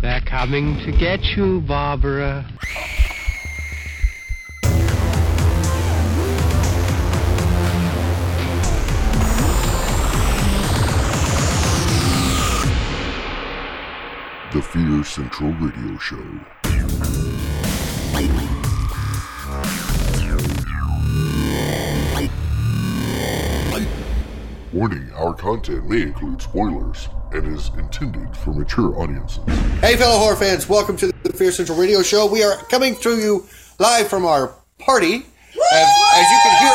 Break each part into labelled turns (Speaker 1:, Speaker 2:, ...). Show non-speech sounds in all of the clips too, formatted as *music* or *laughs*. Speaker 1: They're coming to get you, Barbara.
Speaker 2: The Fear Central Radio Show. Warning our content may include spoilers and is intended for mature audiences.
Speaker 3: Hey, fellow horror fans, welcome to the Fear Central Radio Show. We are coming to you live from our party, as, as you can hear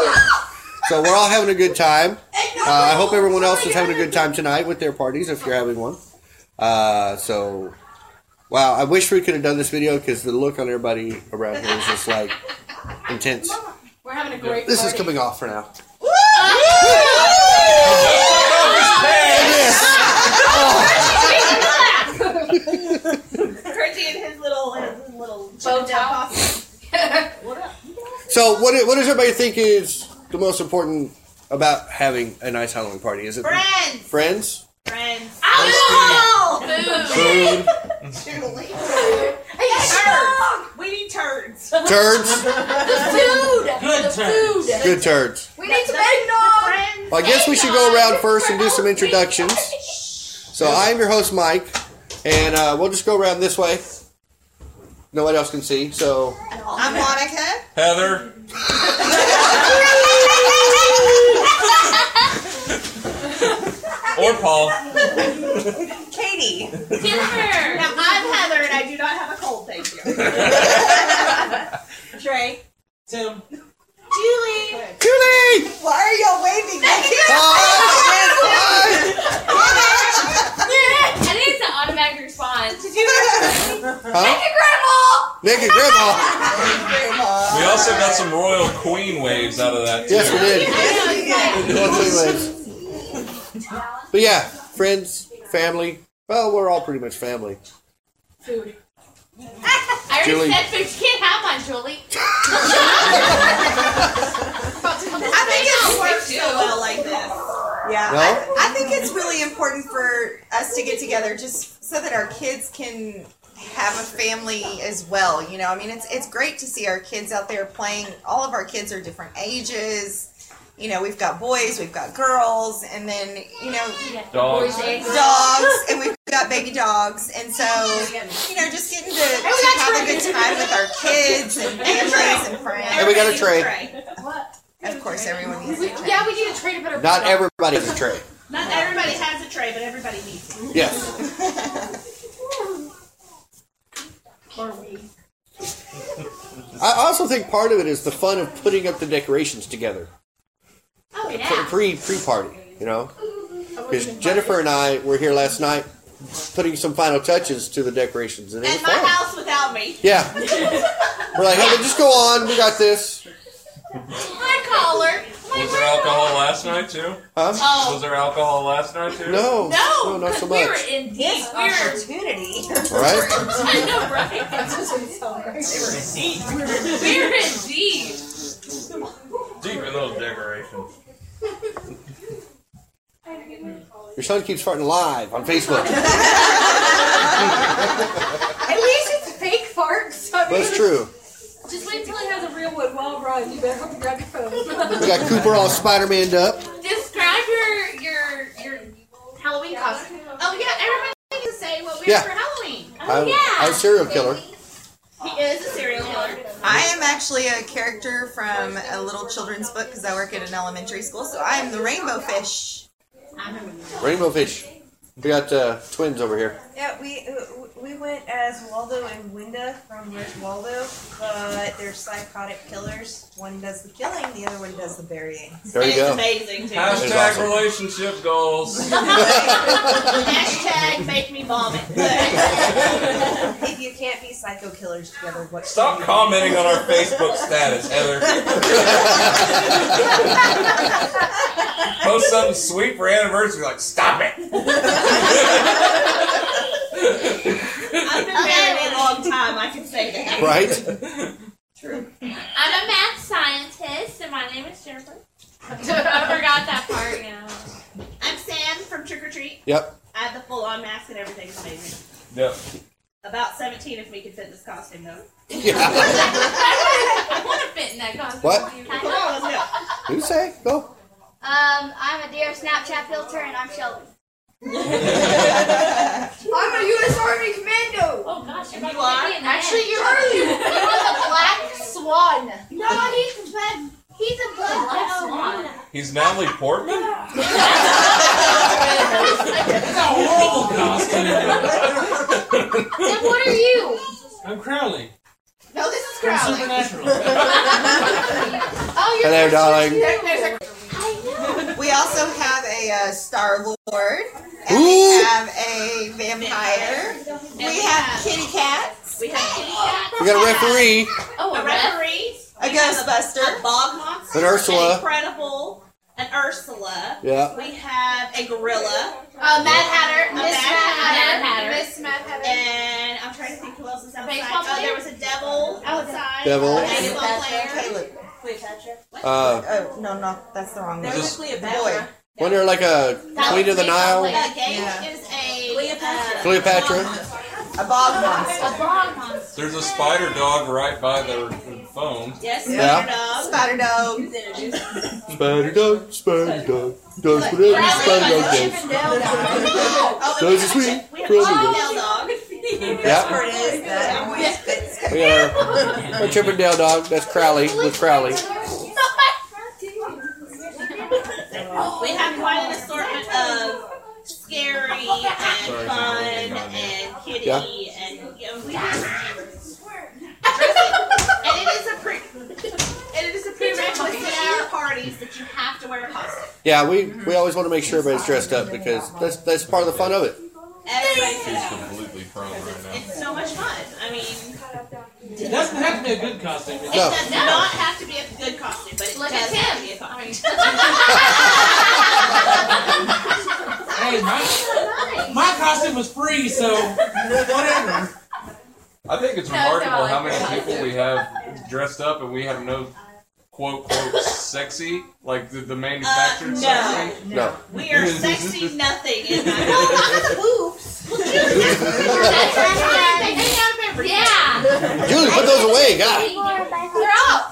Speaker 3: already. So, we're all having a good time. Uh, I hope everyone else is having a good time tonight with their parties if you're having one. Uh, so, wow, I wish we could have done this video because the look on everybody around here is just like intense.
Speaker 4: We're having a great
Speaker 3: This is
Speaker 4: party.
Speaker 3: coming off for now.
Speaker 5: Percy and his little his little
Speaker 4: Bow tie.
Speaker 3: So, what, i- what does everybody think is the most important about having a nice Halloween party? Is it
Speaker 5: friends.
Speaker 3: friends?
Speaker 5: Friends.
Speaker 4: Food.
Speaker 3: food,
Speaker 5: Turds. We need turds.
Speaker 3: turds,
Speaker 4: Food. Good food.
Speaker 3: good turds.
Speaker 4: We need some eggnog.
Speaker 5: Friends.
Speaker 3: Well, I guess we should go around first and do some introductions. So I'm your host, Mike, and uh, we'll just go around this way. No one else can see, so
Speaker 5: I'm Monica.
Speaker 6: Heather. or Paul.
Speaker 5: Katie.
Speaker 4: Dinner.
Speaker 5: Now I'm Heather, and I do not have a cold. Thank *laughs* you. Trey.
Speaker 6: Tim.
Speaker 4: Julie.
Speaker 3: Julie.
Speaker 5: Why are y'all waving?
Speaker 3: Oh, man,
Speaker 4: I think it's an automatic response.
Speaker 3: hi. Huh?
Speaker 4: Grandma.
Speaker 3: Nick and Grandma.
Speaker 6: We also got some royal queen waves out of that too.
Speaker 3: Yes, we did. *laughs* Well, anyways. But yeah, friends, family. Well, we're all pretty much family.
Speaker 4: Food. I already
Speaker 3: Julie.
Speaker 4: said food. You can't have mine, Julie. *laughs*
Speaker 7: I think it works
Speaker 5: Do
Speaker 7: so
Speaker 5: well
Speaker 7: well.
Speaker 5: like this.
Speaker 7: Yeah,
Speaker 3: No?
Speaker 7: I, I think it's really important for us to get together just so that our kids can have a family as well. You know, I mean, it's it's great to see our kids out there playing. All of our kids are different ages. You know, we've got boys, we've got girls, and then you know,
Speaker 6: Dogs.
Speaker 7: dogs, and we've got baby dogs, and so you know, just getting to, to have a good time with our kids and families and
Speaker 3: And
Speaker 7: friends.
Speaker 3: we got a tray.
Speaker 4: What?
Speaker 7: Of course, everyone needs
Speaker 4: We,
Speaker 7: a
Speaker 4: yeah, we need to trade a better.
Speaker 3: Not everybody has a tray.
Speaker 5: Not everybody has a tray, but everybody needs it.
Speaker 3: Yes.
Speaker 5: Or we.
Speaker 3: I also think part of it is the fun of putting up the decorations together.
Speaker 4: Oh yeah.
Speaker 3: pre pre party, you know. Because Jennifer and I were here last night putting some final touches to the decorations, and it was
Speaker 5: And my
Speaker 3: fun.
Speaker 5: house without me.
Speaker 3: Yeah, we're like, hey, just go on, we got this.
Speaker 4: My collar. My
Speaker 6: Was there alcohol last night too?
Speaker 3: Huh?
Speaker 6: Was
Speaker 4: Oh
Speaker 6: there alcohol last night too?
Speaker 3: No,
Speaker 4: no.
Speaker 3: no, not so
Speaker 4: We
Speaker 3: much.
Speaker 4: were in deep. We were.
Speaker 5: Opportunity.
Speaker 3: All right,
Speaker 4: *laughs* I know, right? we were in deep.
Speaker 6: Deep in those decorations.
Speaker 3: your son keeps farting live on Facebook.
Speaker 8: At least it's fake farts. I mean,
Speaker 3: That's true.
Speaker 8: Just wait until he has a real one. Well, Ryan, you better hope you grab your phone.
Speaker 3: We got Cooper all Spider Maned up.
Speaker 4: Describe your your your Halloween costume. Oh yeah, everybody can say what we
Speaker 3: Yeah.
Speaker 4: are for Halloween. Oh
Speaker 3: I'm,
Speaker 4: yeah.
Speaker 3: I'm a serial killer.
Speaker 5: He is a serial killer.
Speaker 7: I am actually a character from a little children's book because I work at an elementary school. So I am the rainbow fish.
Speaker 3: Rainbow fish. We got uh, twins over here.
Speaker 9: *laughs* Yeah, we uh, we went as Waldo and Winda from Where's Waldo, but they're psychotic killers. One does the killing, the other one does the burying.
Speaker 3: There you
Speaker 5: it's
Speaker 3: go.
Speaker 5: amazing, too.
Speaker 3: That is
Speaker 6: Hashtag
Speaker 3: awesome.
Speaker 6: relationship goals.
Speaker 5: *laughs* Hashtag make me
Speaker 3: *laughs*
Speaker 5: vomit.
Speaker 9: If you can't be psycho killers together, what?
Speaker 6: Stop commenting on our Facebook status, Heather. Post something sweet for anniversary, like stop it. *laughs*
Speaker 5: I've been married a long time. I can say that.
Speaker 3: Right?
Speaker 4: I'm a math scientist, and my name is Jennifer.
Speaker 5: *laughs*
Speaker 4: I forgot that part now.
Speaker 5: I'm Sam from Trick or Treat.
Speaker 3: Yep.
Speaker 5: I had the full on
Speaker 10: on mask and everything's amazing.
Speaker 6: No.
Speaker 10: About 17 if we could fit this costume, though.
Speaker 4: *laughs* I want to fit in that costume.
Speaker 3: What?
Speaker 10: Come on, let's go.
Speaker 3: You say? Go.
Speaker 11: Um, I'm a dear Snapchat filter, and *laughs* I'm Shelby.
Speaker 12: I'm a U.S. Army commando.
Speaker 4: Oh gosh, you're
Speaker 10: You
Speaker 4: about
Speaker 10: are?
Speaker 4: to be in
Speaker 11: Actually, you're Charlie. *laughs* He was a black swan.
Speaker 12: No, he's bad.
Speaker 11: He's a black, swan.
Speaker 6: He's Natalie Portman? That's
Speaker 4: you're.
Speaker 6: a horrible costume.
Speaker 11: Then what are you?
Speaker 13: I'm Crowley.
Speaker 7: No, this is
Speaker 13: From
Speaker 7: Crowley.
Speaker 13: Supernatural.
Speaker 11: Oh, you're
Speaker 3: Hello, darling.
Speaker 7: We also have a uh, Star Lord. And
Speaker 3: Ooh.
Speaker 7: we have a vampire. We have kitty cats.
Speaker 10: We have kitty cats,
Speaker 3: We got a referee.
Speaker 4: Oh,
Speaker 10: a
Speaker 4: a ref?
Speaker 10: referee,
Speaker 7: A
Speaker 10: We have
Speaker 7: Ghostbuster.
Speaker 10: a bog monster,
Speaker 3: An Ursula.
Speaker 10: an incredible, an Ursula.
Speaker 3: Yeah.
Speaker 10: We have a gorilla,
Speaker 11: Uh, Mad Hatter.
Speaker 10: A
Speaker 11: Miss
Speaker 10: Mad
Speaker 11: Mad, Hatter.
Speaker 4: Hatter.
Speaker 11: Miss Mad Hatter.
Speaker 10: and I'm trying to think who else is outside.
Speaker 4: Baseball
Speaker 10: Oh, there
Speaker 4: player?
Speaker 10: was a devil outside.
Speaker 7: Oh.
Speaker 3: Devil.
Speaker 10: A baseball player.
Speaker 7: Caleb.
Speaker 10: Wait, Patrick.
Speaker 3: Uh,
Speaker 7: Oh, no, no, that's the wrong one.
Speaker 6: Just-
Speaker 10: Cleopatra.
Speaker 7: Boy.
Speaker 3: wasn't there like a Queen of the Nile?
Speaker 10: Uh, Gage
Speaker 7: Yeah.
Speaker 10: is a
Speaker 4: Cleopatra.
Speaker 10: uh,
Speaker 3: Cleopatra?
Speaker 7: A bog monster.
Speaker 4: A bog monster.
Speaker 6: There's a spider dog right by their phone.
Speaker 10: yes,
Speaker 3: Yeah.
Speaker 10: Spider-Dog.
Speaker 7: Spider dog.
Speaker 10: Who's introduced?
Speaker 3: Spider dog, spider dog, does whatever spider dog does.
Speaker 10: Oh, and we
Speaker 3: Those
Speaker 10: have
Speaker 3: are
Speaker 10: a
Speaker 3: sweet
Speaker 10: chi- We have a
Speaker 3: brothers.
Speaker 10: Chippendale dog.
Speaker 3: Yeah.
Speaker 7: Where it is that always fits.
Speaker 3: We are a Chippendale dog. That's Crowley with Crowley.
Speaker 10: We have quite an assortment of scary and fun and kitty
Speaker 3: Yeah.
Speaker 10: and you know, we just and it is a pre *laughs* and it is a prerequisite at our parties that you have to wear a costume.
Speaker 3: Yeah, we,
Speaker 10: Mm-hmm.
Speaker 3: we always want to make sure everybody's dressed up because that's that's part of the fun of it.
Speaker 10: Everybody's
Speaker 6: He's
Speaker 10: dressed up.
Speaker 6: completely prone right now.
Speaker 10: It's so much fun. I mean,
Speaker 13: It doesn't have to be a good costume.
Speaker 10: it
Speaker 13: It's
Speaker 3: No.
Speaker 10: does not have to be a good costume, but it
Speaker 4: Look
Speaker 10: does
Speaker 4: at
Speaker 10: have to
Speaker 4: him.
Speaker 10: be a fun.
Speaker 4: I
Speaker 13: hey,
Speaker 4: mean,
Speaker 13: my, my costume was free, so whatever.
Speaker 6: I think it's
Speaker 4: No, it's
Speaker 6: remarkable
Speaker 4: not
Speaker 6: how
Speaker 4: like
Speaker 6: many
Speaker 4: that.
Speaker 6: people we have dressed up and we have no quote quote sexy like the, the
Speaker 10: Uh,
Speaker 6: manufactured
Speaker 10: no.
Speaker 6: sexy.
Speaker 3: No.
Speaker 10: *laughs* We are sexy nothing in *laughs* my
Speaker 6: *laughs*
Speaker 4: that's
Speaker 11: Mad
Speaker 4: right.
Speaker 11: Hatter.
Speaker 4: Yeah.
Speaker 3: Julie, put those away, God.
Speaker 4: They're up.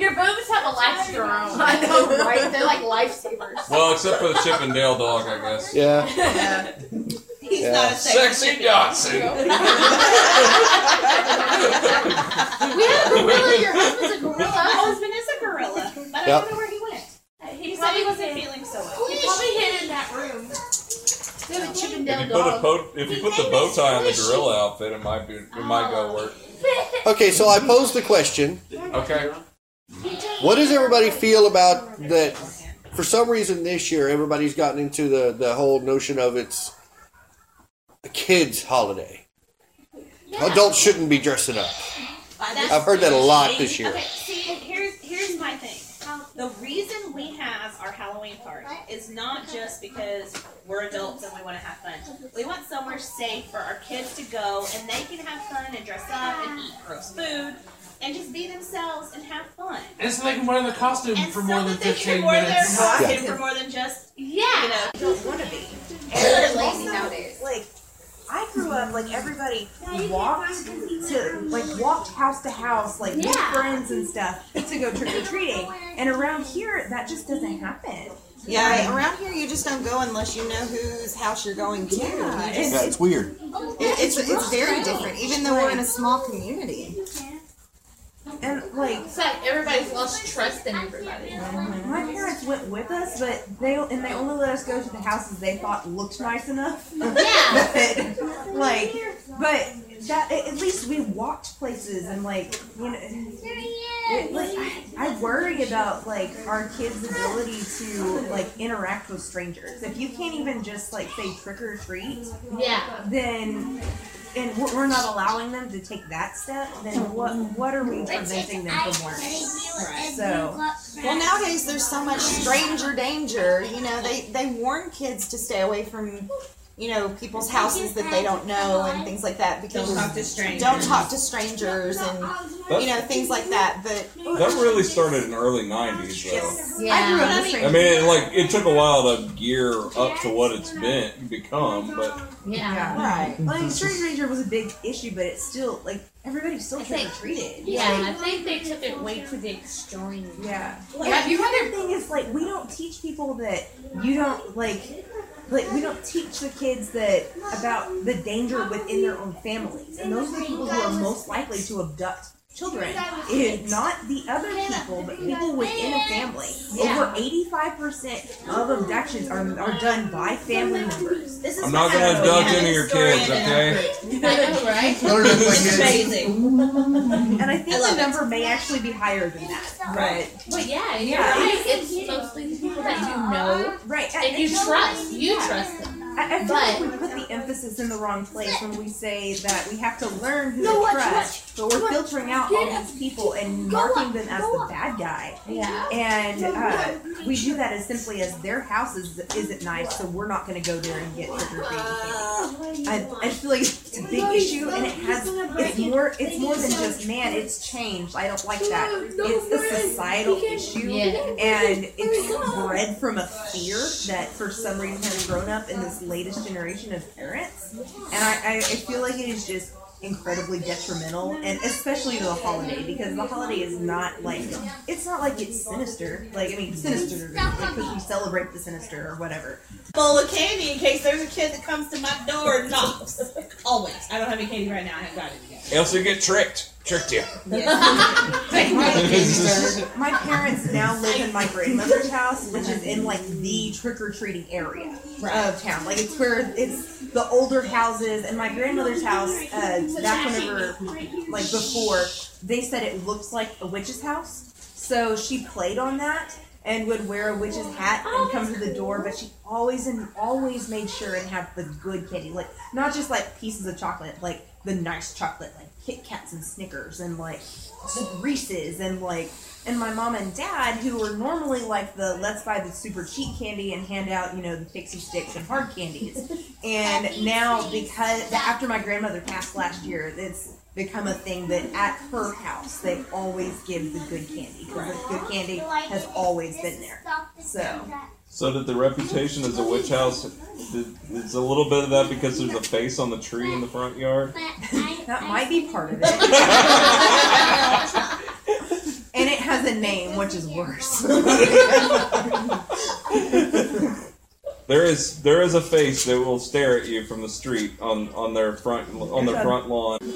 Speaker 4: Your boobs have a life of their own. I know, right? They're like lifesavers.
Speaker 6: Well, except for the Chippendale dog, I guess.
Speaker 3: Yeah.
Speaker 10: He's
Speaker 3: Yeah.
Speaker 10: not a sexy.
Speaker 6: Sexy Dotson.
Speaker 4: We have a gorilla. Your husband's a
Speaker 10: My
Speaker 4: gorilla.
Speaker 10: husband is a gorilla, but I
Speaker 3: Yep.
Speaker 10: don't know where he went. He
Speaker 4: He
Speaker 10: said
Speaker 4: probably
Speaker 10: he wasn't
Speaker 4: wasn't.
Speaker 10: feeling so well.
Speaker 4: He probably hid in that room. There's a
Speaker 6: If you
Speaker 4: Chippendale
Speaker 6: put a
Speaker 4: dog.
Speaker 6: po- if you put the bow tie on the gorilla outfit, it might be it might go work.
Speaker 4: *laughs*
Speaker 3: Okay, so I posed the question.
Speaker 6: Okay.
Speaker 3: What does everybody feel about that? For some reason, this year everybody's gotten into the the whole notion of it's a kids' holiday. Adults shouldn't be dressing up. I've heard that a lot this year.
Speaker 10: Okay, see, here's here's my thing. The reason we have our Halloween party is not just because we're adults and we want to have fun. We want somewhere safe for our kids to go and they can have fun and dress up and eat gross food and just be themselves and have fun.
Speaker 13: And so they can wear the costume
Speaker 10: And
Speaker 13: for
Speaker 10: so
Speaker 13: more than
Speaker 10: that they can
Speaker 13: 15
Speaker 10: wear their
Speaker 13: minutes.
Speaker 10: costume for more than just you
Speaker 4: Yeah.
Speaker 10: know
Speaker 9: don't want to be.
Speaker 11: They're
Speaker 9: Also,
Speaker 11: lazy nowadays.
Speaker 9: Like, I grew up like everybody walked to like walked house to house, like with
Speaker 11: Yeah.
Speaker 9: friends and stuff to go trick or treating. And around here, that just doesn't happen.
Speaker 7: Yeah, around here you just don't go unless you know whose house you're going to.
Speaker 9: Yeah,
Speaker 7: You
Speaker 9: it's-
Speaker 7: just-
Speaker 3: Yeah, it's weird.
Speaker 7: it- it's, it's, very different, even though we're in a small community.
Speaker 9: And like
Speaker 4: It's like everybody's lost trust in everybody.
Speaker 9: my parents went with us, but they and they only let us go to the houses they thought looked nice enough.
Speaker 4: *laughs* Yeah.
Speaker 9: *laughs* but, like, but that at least we walked places and like you know. It- like I, I worry about like our kids' ability to like interact with strangers. If you can't even just like say trick or treat,
Speaker 4: Yeah.
Speaker 9: then and we're we're not allowing them to take that step, then what what are we preventing them from learning? So
Speaker 7: Well, nowadays there's so much stranger danger. You know, they they warn kids to stay away from you know, people's houses that they don't know and things like that because
Speaker 5: Don't talk to strangers.
Speaker 7: don't talk to strangers and you know things like that. But
Speaker 6: That really started in early '90s, though.
Speaker 7: yeah, I grew up
Speaker 6: I mean, it, like it took a while to gear up to what it's been become, but
Speaker 9: Yeah. Right. Well, I mean, Strange Ranger was a big issue, but it's still, like, everybody's still trying to treat it.
Speaker 4: Yeah, and I think they took it way to the extreme. *laughs*
Speaker 9: Yeah.
Speaker 4: Like, have you
Speaker 9: The thing is, like, we don't teach people that you don't like, like we don't teach the kids that about the danger within their own families, and those are the people who are most likely to abduct children. It is not the other people, but people within a family. Over eighty-five percent of abductions are are done by family members.
Speaker 5: This
Speaker 6: I'm not gonna abduct any of your kids, okay?
Speaker 9: I
Speaker 5: know, right?
Speaker 9: and I think the number may actually be higher than that.
Speaker 4: Right. But yeah, you're right. It's mostly the people that you know
Speaker 9: right.
Speaker 4: that you trust. You trust them.
Speaker 9: I, I feel
Speaker 4: But-
Speaker 9: like we put the emphasis in the wrong place when we say that we have to learn who
Speaker 4: No,
Speaker 9: to
Speaker 4: watch,
Speaker 9: trust,
Speaker 4: watch.
Speaker 9: but we're
Speaker 4: Come on.
Speaker 9: filtering out
Speaker 4: Get
Speaker 9: all
Speaker 4: up.
Speaker 9: these people and
Speaker 4: Go
Speaker 9: marking
Speaker 4: up.
Speaker 9: them as the bad guy.
Speaker 4: Yeah.
Speaker 9: And uh, we do that as simply as their house is, isn't nice, so we're not going to go there and get trick or treating. I, I feel like it's a big issue, and it has it's more it's more than just man. It's changed. I don't like that. It's a societal issue, and it's bred from a fear that for some reason has grown up in this latest generation of parents. And I, I, I feel like it is just incredibly detrimental, and especially to the holiday because the holiday is not like it's not like it's sinister. Like I mean, sinister because we celebrate the sinister or whatever.
Speaker 5: bowl of candy in case there's a kid that comes to my door and knocks. Always. I don't have any candy right now. I haven't got it yet.
Speaker 6: Else you get tricked. Tricked you.
Speaker 10: *laughs*
Speaker 9: My parents now live in my grandmother's house, which is in like the trick or treating area of town. Like it's where it's the older houses, and my grandmother's house. Uh, back whenever, like before, they said it looks like a witch's house, so she played on that and would wear a witch's hat and come to the door. But she always and always made sure and had the good candy, like not just like pieces of chocolate, like the nice chocolate, like Kit Kats and Snickers and like Reese's and like and my mom and dad who were normally like the let's buy the super cheap candy and hand out you know the pixie sticks and hard candies and now because after my grandmother passed last year it's become a thing that at her house they always give the good candy because the good candy has always been there
Speaker 4: *laughs*
Speaker 9: so
Speaker 6: So did the reputation as a witch house? Did, it's a little bit of that because there's a face on the tree in the front yard.
Speaker 9: that might be part of it and it has a name which is worse *laughs*
Speaker 6: There is there is a face that will stare at you from the street on, on their front on their front lawn.
Speaker 3: But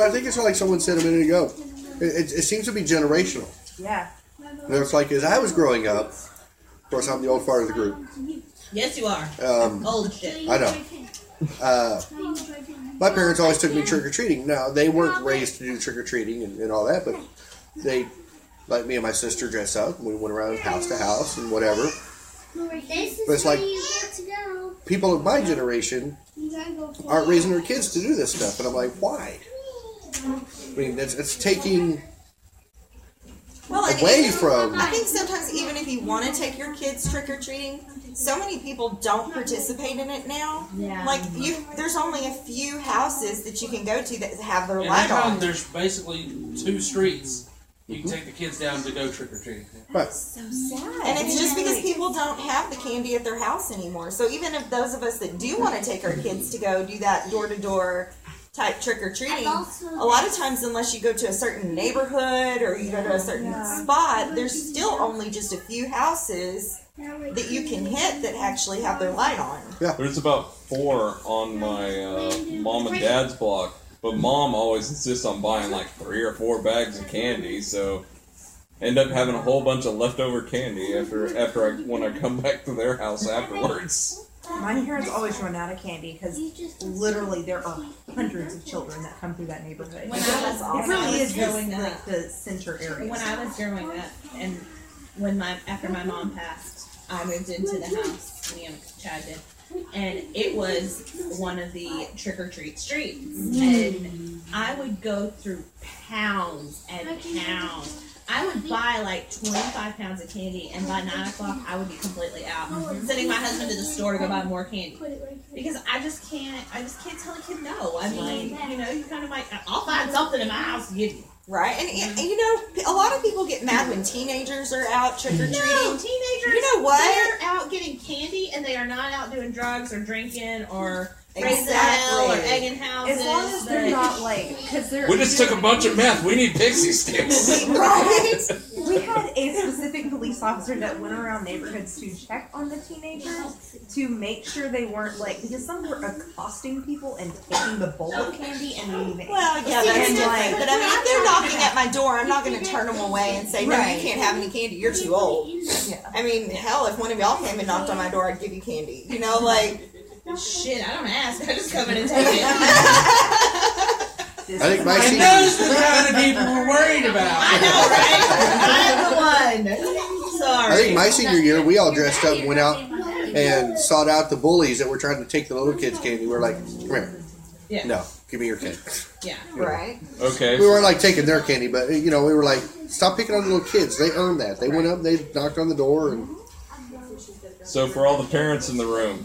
Speaker 3: I think it's like someone said a minute ago. It, it, it seems to be generational.
Speaker 9: yeah
Speaker 3: And it's like as I was growing up, of course I'm the old fart of the group.
Speaker 5: Yes, you are.
Speaker 3: Um,
Speaker 5: Old shit.
Speaker 3: I know. Uh,
Speaker 4: *laughs*
Speaker 3: my parents always took me trick or treating. Now they weren't raised to do trick or treating and, and all that, but they let me and my sister dress up. and We went around house to house and whatever.
Speaker 14: But
Speaker 3: But it's like- People of my generation aren't raising their kids to do this stuff, and I'm like, why? I mean, it's, it's taking
Speaker 7: well, and
Speaker 3: away
Speaker 7: even-
Speaker 3: from-
Speaker 7: I think sometimes even if you want to take your kids trick or treating, so many people don't participate in it now.
Speaker 4: Yeah.
Speaker 7: Like you, there's only a few houses that you can go to that have their
Speaker 15: And
Speaker 7: light
Speaker 15: now
Speaker 7: on.
Speaker 15: there's basically two streets you can take the kids down to go trick or treating.
Speaker 7: So sad. And it's just because people don't have the candy at their house anymore. So even if those of us that do want to take our kids to go do that door to door type trick or treating, a lot of times unless you go to a certain neighborhood or you go to a certain spot, there's still only just a few houses that you can hit that actually have their light on.
Speaker 6: There's about four on my uh, mom and dad's block, but mom always insists on buying like three or four bags of candy, so end up having a whole bunch of leftover candy after after I when I come back to their house afterwards.
Speaker 9: My parents always run out of candy because literally there are hundreds of children that come through that neighborhood.
Speaker 5: When I was-
Speaker 9: it
Speaker 5: when I
Speaker 9: really
Speaker 5: was
Speaker 9: is this,
Speaker 5: growing up-
Speaker 9: like the center area.
Speaker 5: When I was growing up, and when my after my mom passed, I moved into the house. Me and Chad did, and it was one of the trick or treat streets, and I would go through pounds and pounds.
Speaker 10: I would buy like 25 pounds of candy, and by 9 o'clock, I would be completely out. Sending my husband to the store to go buy more candy. Because I just can't, I just can't tell a kid no. I mean, you know, you kind of like, I'll find something in my house to give you.
Speaker 7: Right, and, and you know, a lot of people get mad when teenagers are out trick or treating.
Speaker 10: *laughs* No, teenagers.
Speaker 7: You know what?
Speaker 10: They're out getting candy, and they are not out doing drugs or drinking or raising
Speaker 7: Exactly.
Speaker 10: hell or egging houses.
Speaker 9: As long as they're
Speaker 10: but-
Speaker 9: not like, because they're.
Speaker 1: We just took a bunch of meth. We need pixie sticks.
Speaker 9: right? We had a specific police officer that went around neighborhoods to check on the teenagers to make sure they weren't like because some were accosting people and taking the bowl of candy and leaving.
Speaker 7: Well, yeah, that's
Speaker 9: And,
Speaker 7: different.
Speaker 9: like,
Speaker 7: but I mean, if they're knocking at my door, I'm not going to turn them away and say, "No,
Speaker 9: Right.
Speaker 7: you can't have any candy. You're too old." I mean, hell, if one of y'all came and knocked on my door, I'd give you candy. You know, like
Speaker 10: shit. I don't ask. I just come in and take it. *laughs*
Speaker 3: I think my
Speaker 1: And
Speaker 3: seat.
Speaker 1: those are the kind of people we're worried
Speaker 10: I
Speaker 1: about.
Speaker 10: know, right? I'm the one. Sorry.
Speaker 3: I think my senior year, we all dressed up and went out and sought out the bullies that were trying to take the little kids' candy. We're like, come here.
Speaker 10: Yeah.
Speaker 3: No, give me your candy. *laughs*
Speaker 10: Yeah.
Speaker 7: *laughs* Right.
Speaker 6: Okay.
Speaker 3: We weren't like taking their candy, but you know, we were like, stop picking on the little kids. They earned that. They went up, and they knocked on the door, and
Speaker 6: So for all the parents in the room,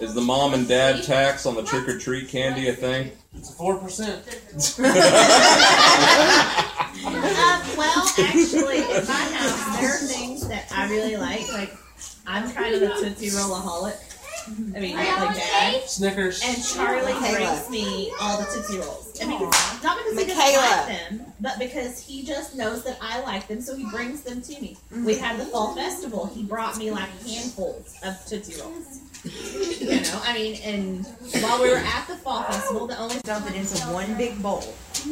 Speaker 6: is the mom and dad tax on the trick or treat candy a thing?
Speaker 1: It's four percent.
Speaker 10: Um, well, actually, in my house, there are things that I really like. Like, I'm kind of a Tootsie Rollaholic. I mean, like dad.
Speaker 1: Snickers.
Speaker 10: And Charlie
Speaker 1: Michaela.
Speaker 10: brings me all the Tootsie Rolls. I mean, not because he doesn't
Speaker 7: Michaela.
Speaker 10: like them, but because he just knows that I like them, so he brings them to me. We had the fall festival. He brought me like handfuls of Tootsie Rolls. you know, I mean, and while we were at the fall festival, the only
Speaker 9: dump it into one big bowl.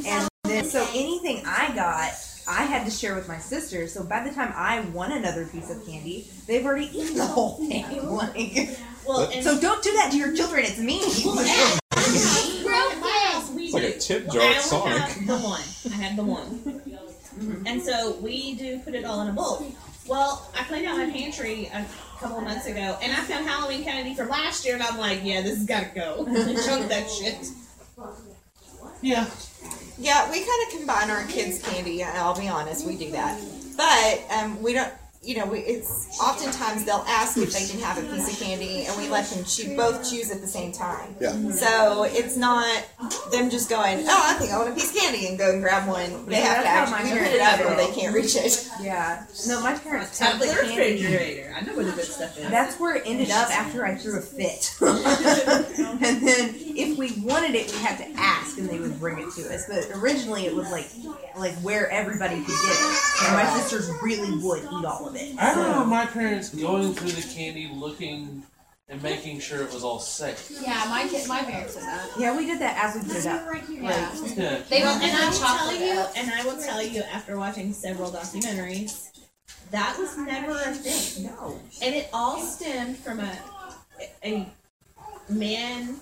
Speaker 9: And then, so anything I got, I had to share with my sister. So by the time I won another piece of candy, they've already eaten the whole thing. *laughs* Like,
Speaker 10: Well, and-
Speaker 9: so don't do that to your children. It's mean.
Speaker 10: At my house, we
Speaker 6: It's like a
Speaker 10: do-
Speaker 6: tip
Speaker 10: well,
Speaker 6: jar at
Speaker 10: I only
Speaker 6: Sonic.
Speaker 10: have the one. I had the one. And so we do put it all in a bowl. Well, I cleaned out my pantry a couple of months ago, and I found Halloween candy from last year, and I'm like, yeah, this has got to go. *laughs* Chunk that shit.
Speaker 1: Yeah.
Speaker 7: Yeah, we kind of combine our kids' candy. and I'll be honest, we do that, but um, we don't. You know, we, it's oftentimes they'll ask if they can have a piece of candy, and we let them choo- both choose at the same time.
Speaker 3: yeah.
Speaker 7: So it's not them just going, oh, I think I want a piece of candy and go and grab one. They
Speaker 9: Yeah,
Speaker 7: have to
Speaker 9: that's how
Speaker 7: actually
Speaker 9: my
Speaker 7: put it up
Speaker 9: parents
Speaker 7: or
Speaker 9: do.
Speaker 7: they can't
Speaker 4: *laughs*
Speaker 7: reach it.
Speaker 9: Yeah. No, my parents
Speaker 10: Top
Speaker 9: took
Speaker 10: of
Speaker 9: the
Speaker 10: the
Speaker 9: candy.
Speaker 10: refrigerator. I know where the good stuff is.
Speaker 9: That's where it ended up after I threw a fit. *laughs* and then if we wanted it, we had to ask, and they would bring it to us. But originally, it was like like where everybody could get it, and my sisters really would eat all of it.
Speaker 1: I remember
Speaker 9: So-
Speaker 1: my parents going through the candy, looking and making sure it was all safe.
Speaker 4: Yeah, my kid, my parents did that.
Speaker 9: Yeah, we did that as we grew up.
Speaker 4: Yeah.
Speaker 1: Yeah.
Speaker 4: They
Speaker 10: Well,
Speaker 4: were
Speaker 10: and I will tell
Speaker 4: chocolate.
Speaker 10: you, and I will tell you after watching several documentaries, that was never a thing.
Speaker 9: No.
Speaker 10: And it all stemmed from a a man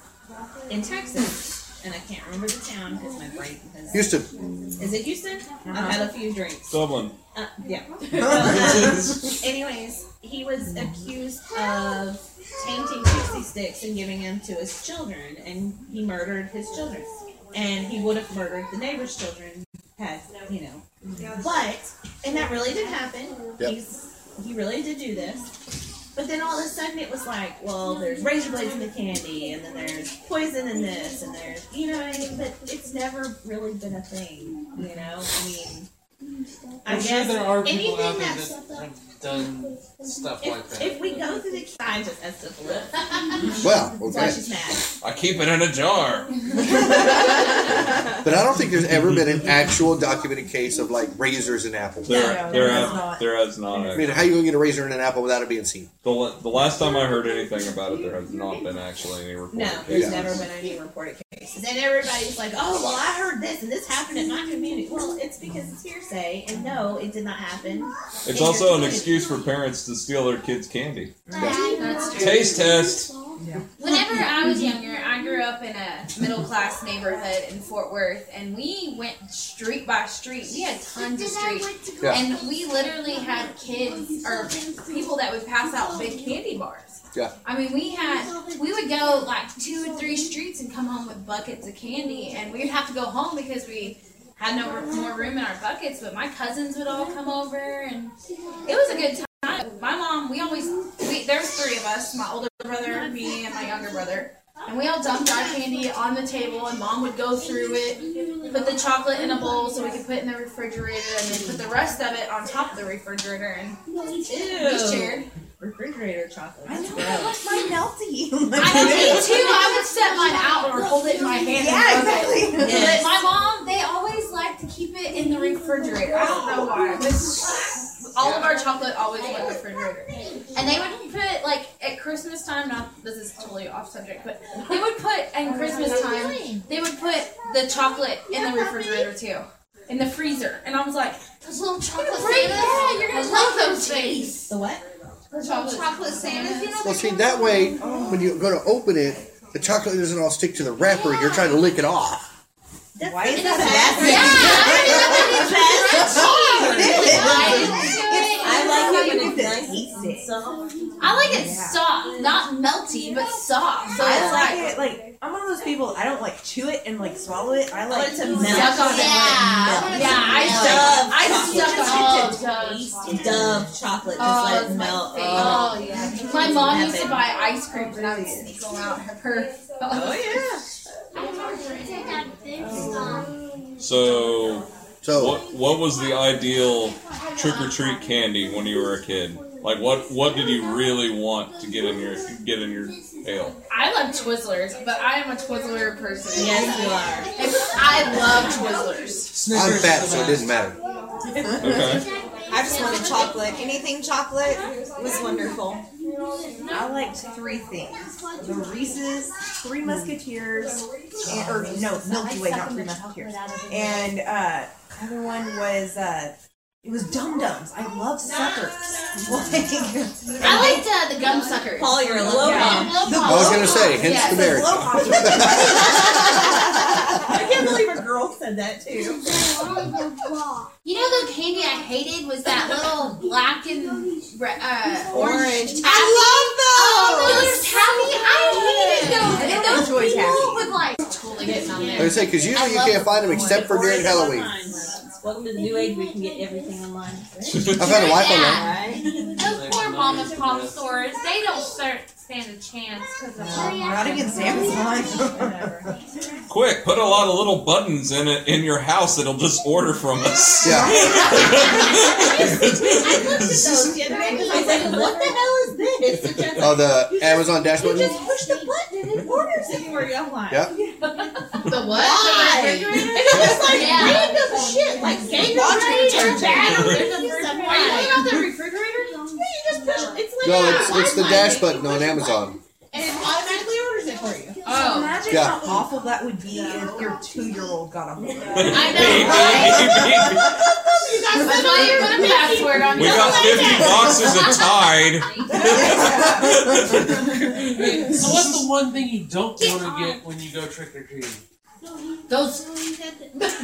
Speaker 10: in Texas, and I can't remember the town because my brain has.
Speaker 3: Houston,
Speaker 10: Is it Houston? I've had a few drinks.
Speaker 6: Dublin.
Speaker 10: Uh, yeah. *laughs* So, um, anyways, he was accused of tainting pixie sticks and giving them to his children, and he murdered his children. And he would have murdered the neighbor's children had, you know. But, and that really did happen.
Speaker 3: Yep.
Speaker 10: He's, he really did do this. But then all of a sudden it was like, well, there's razor blades in the candy, and then there's poison in this, and there's, you know what I mean? But it's never really been a thing, you know? I mean, I
Speaker 1: I'm sure
Speaker 10: guess
Speaker 1: there are people
Speaker 10: anything
Speaker 1: out there
Speaker 10: that's
Speaker 1: that have done stuff like
Speaker 10: if,
Speaker 1: that.
Speaker 10: if we go through the I just that's the flip. *laughs*
Speaker 3: Well,
Speaker 10: That's why
Speaker 3: okay.
Speaker 10: she's mad.
Speaker 6: I keep it in a jar.
Speaker 3: but I don't think there's ever been an actual documented case of like razors and apples.
Speaker 6: There,
Speaker 9: No,
Speaker 6: there,
Speaker 9: no, there
Speaker 6: has,
Speaker 9: is not.
Speaker 6: there has not.
Speaker 3: I
Speaker 6: Actually.
Speaker 3: mean, how you gonna get a razor and an apple without it being seen?
Speaker 6: The, la- the last time I heard anything about it, there has not been actually any reported
Speaker 10: No, there's
Speaker 6: cases.
Speaker 10: never been any reported cases, and everybody's like, "Oh, well, I heard this, and this happened in my community." Well, it's because it's hearsay, and no, it did not happen. in
Speaker 6: It's
Speaker 10: your
Speaker 6: also an
Speaker 10: community.
Speaker 6: excuse for parents to steal their kids' candy.
Speaker 4: That's true.
Speaker 6: Taste test.
Speaker 4: Whenever I was younger, I grew up in a middle class neighborhood in Fort Worth, and we went street by street. We had tons of streets,
Speaker 3: Yeah.
Speaker 4: and we literally had kids or people that would pass out big candy bars.
Speaker 3: Yeah.
Speaker 4: I mean, we had we would go like two or three streets and come home with buckets of candy, and we'd have to go home because we had no r- more room in our buckets, but my cousins would all come over, and it was a good time. My mom, we always, we, there's three of us, my older brother, me, and my younger brother. And we all dumped our candy on the table, and mom would go through it, put the chocolate in a bowl so we could put it in the refrigerator, and then put the rest of it on top of the refrigerator. And we shared.
Speaker 5: Refrigerator chocolate.
Speaker 4: I know.
Speaker 5: Gross.
Speaker 4: Look,
Speaker 7: mine melty.
Speaker 9: *laughs*
Speaker 4: I know, me too. I would set mine out or hold it in my hand.
Speaker 7: Yeah,
Speaker 4: and rub it.
Speaker 7: exactly.
Speaker 4: But my mom, they always like to keep it in the refrigerator. I don't know why. This- all of our chocolate always went in the refrigerator. And they would put, like, at Christmas time, not, this is totally off subject, but they would put, at Christmas time, they would put the chocolate in the refrigerator too. In the freezer. And I was like, those little chocolate
Speaker 16: break
Speaker 4: Santas,
Speaker 16: that. You're gonna
Speaker 4: I love
Speaker 16: break
Speaker 4: those
Speaker 16: those
Speaker 4: things. The what? The chocolate,
Speaker 16: Chocolate Santas, you know,
Speaker 3: Well, see, that way, when you go to open it, the chocolate doesn't all stick to the wrapper. You're trying to lick it off.
Speaker 7: Why is that bad?
Speaker 4: I like it when
Speaker 5: it's
Speaker 4: I like it soft, not melty, but soft. So
Speaker 9: I
Speaker 4: it's
Speaker 9: like
Speaker 4: like,
Speaker 9: it like I'm one of those people I don't like chew it and like swallow it. I like
Speaker 4: it
Speaker 9: to
Speaker 4: to
Speaker 9: melt.
Speaker 4: melt. Suck on it.
Speaker 9: Yeah,
Speaker 4: Yeah, I
Speaker 9: stuff.
Speaker 4: suck- I suck on
Speaker 9: it.
Speaker 17: Dove chocolate, just
Speaker 4: Oh,
Speaker 17: let
Speaker 4: it's
Speaker 17: it
Speaker 4: my
Speaker 17: melt.
Speaker 4: favorite. Oh, yeah. My mom used to buy ice creams and I would sneak them out of her.
Speaker 17: Oh,
Speaker 4: Oh.
Speaker 6: So, what what was the ideal trick or treat candy when you were a kid? Like what what did you really want to get in your get in your pail?
Speaker 4: I love Twizzlers, but I am a Twizzler person.
Speaker 17: Yes, you are.
Speaker 4: If- I love Twizzlers.
Speaker 3: I'm fat, so it didn't matter.
Speaker 4: *laughs*
Speaker 6: Okay.
Speaker 7: I just wanted chocolate. Anything chocolate was wonderful.
Speaker 9: I liked three things: the Reese's, Three Musketeers, and, or no, Milky Way, not Three Musketeers. And uh, other one was uh, it was Dum Dums. I love suckers. Like,
Speaker 4: I liked uh, the gum suckers.
Speaker 9: Paul, you're a
Speaker 4: Yeah.
Speaker 9: low pop.
Speaker 4: Low
Speaker 9: The
Speaker 4: pop.
Speaker 3: I was going to say, hence
Speaker 4: Yes.
Speaker 3: the marriage.
Speaker 17: I can't believe a girl said that too.
Speaker 4: You know the candy I hated was that little black and re- uh,
Speaker 7: Orange.
Speaker 4: orange. Taffy.
Speaker 7: I love
Speaker 4: Oh,
Speaker 7: those.
Speaker 4: those taffy. I hated those. And those
Speaker 9: enjoy
Speaker 4: people
Speaker 9: taffy.
Speaker 4: would like totally get some
Speaker 3: I was
Speaker 4: there.
Speaker 3: say, because
Speaker 4: I
Speaker 3: usually you
Speaker 4: love
Speaker 3: can't find them except for during Halloween.
Speaker 17: Welcome to the new age. We can get everything online.
Speaker 3: I've had a wife on that.
Speaker 16: those poor mama's pop stores, they don't cer- stand a chance because of
Speaker 9: Not against Amazon.
Speaker 6: Quick, put a lot of little buttons in it in your house. It'll just order from us.
Speaker 17: I was like, what the hell is this? It's just-
Speaker 3: Oh, the Amazon dash
Speaker 17: You
Speaker 3: button?
Speaker 17: just push the button and it orders it for you. I'm like,
Speaker 3: Yep.
Speaker 4: The what?
Speaker 17: Why?
Speaker 4: The refrigerator?
Speaker 17: It's just like
Speaker 4: Yeah.
Speaker 17: random shit, like Gatorade and batteries and stuff.
Speaker 4: Are you looking
Speaker 17: out the refrigerator? Yeah, you just push. It's like
Speaker 3: No,
Speaker 17: a
Speaker 3: it's, it's the
Speaker 17: landline,
Speaker 3: dash
Speaker 17: you
Speaker 3: button
Speaker 17: push
Speaker 3: on
Speaker 17: the
Speaker 3: Amazon.
Speaker 17: And it automatically orders it
Speaker 4: *laughs*
Speaker 17: for you.
Speaker 9: So imagine
Speaker 3: Yeah.
Speaker 9: how awful that would be if your two-year-old got on that.
Speaker 4: You guys put a password on
Speaker 6: *laughs* We
Speaker 4: your
Speaker 6: got 50 boxes of Tide.
Speaker 15: So what's the one thing you don't want to get when you go trick or treating?
Speaker 4: Those black and orange.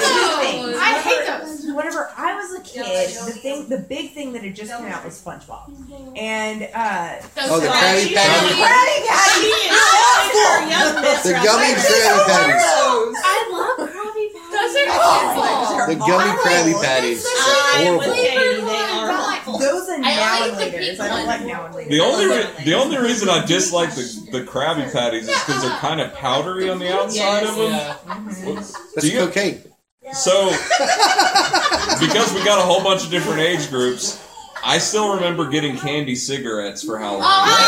Speaker 9: Those.
Speaker 4: I hate those.
Speaker 9: Whenever I was a kid, the thing, the big thing that had just come out was SpongeBob, and uh,
Speaker 3: Oh, the Krabby Patty.
Speaker 9: Krabby Patty.
Speaker 3: The gummy Krabby Patties.
Speaker 4: I love Krabby Patties. Those are
Speaker 7: Oh.
Speaker 17: awful.
Speaker 3: The gummy Krabby Patties.
Speaker 17: I am with
Speaker 3: Horrible.
Speaker 17: Katie, they are awful.
Speaker 9: Those are now
Speaker 4: I
Speaker 9: and
Speaker 4: only like the
Speaker 9: later.
Speaker 4: pink
Speaker 9: I don't like
Speaker 4: ones.
Speaker 9: now and later.
Speaker 6: The only re- the only reason I dislike the, the Krabby Patties is because they're kind of powdery on the outside of them.
Speaker 3: That's cocaine.
Speaker 6: So, because we got a whole bunch of different age groups, I still remember getting candy cigarettes for
Speaker 4: Oh,
Speaker 6: Halloween.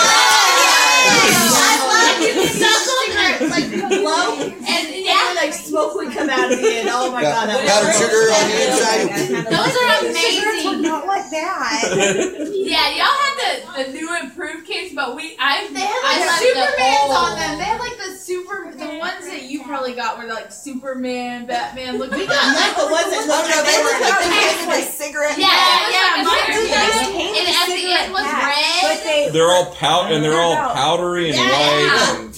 Speaker 17: Like glow and yeah, like smoke would come out of it. and Oh my
Speaker 3: Yeah.
Speaker 17: god, that
Speaker 3: Powdered
Speaker 17: was so
Speaker 3: sugar on the
Speaker 17: gross.
Speaker 3: inside.
Speaker 4: Those are
Speaker 9: Cigarettes were
Speaker 4: amazing.
Speaker 9: not like that.
Speaker 10: Oh,
Speaker 4: Yeah, y'all had the, the new improved kids, but we I
Speaker 16: They had
Speaker 4: I
Speaker 16: like
Speaker 4: loved
Speaker 16: Supermans
Speaker 4: the
Speaker 16: on them. They
Speaker 4: had like the super the ones that you probably got were like Superman, Batman. Look, we
Speaker 7: *laughs*
Speaker 4: got
Speaker 17: Like the ones that looked
Speaker 7: no,
Speaker 17: like
Speaker 7: they
Speaker 17: they
Speaker 7: look
Speaker 17: were
Speaker 7: like they
Speaker 17: like
Speaker 7: had a cigarette.
Speaker 4: Yeah, yeah,
Speaker 17: Yeah,
Speaker 4: mine was
Speaker 17: yeah.
Speaker 4: red, and at the end was
Speaker 9: But
Speaker 4: red.
Speaker 9: they
Speaker 6: They're all pout and they're all powdery and white. And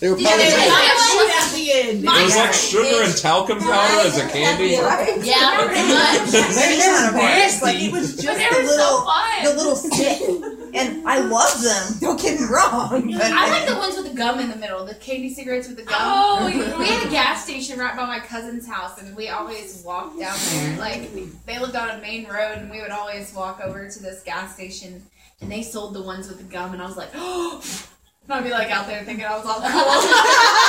Speaker 3: They were
Speaker 4: Yeah,
Speaker 3: probably.
Speaker 4: they
Speaker 17: They
Speaker 4: were
Speaker 17: had
Speaker 4: like-
Speaker 17: shoot at the end.
Speaker 6: it was like sugar and talcum powder as a candy.
Speaker 4: Yeah, pretty much.
Speaker 9: They're embarrassed. Like it was just
Speaker 4: But they
Speaker 9: the
Speaker 4: were so
Speaker 9: little,
Speaker 4: fun.
Speaker 9: the little stick.
Speaker 7: and I love them. Don't get me wrong. But
Speaker 4: I like the ones with the gum in the middle, the candy cigarettes with the gum.
Speaker 7: Oh,
Speaker 4: we had a gas station right by my cousin's house, and we always walked down there. Like they lived on a main road, and we would always walk over to this gas station, and they sold the ones with the gum, and I was like, *gasps* oh. And I'd be like out there thinking I was all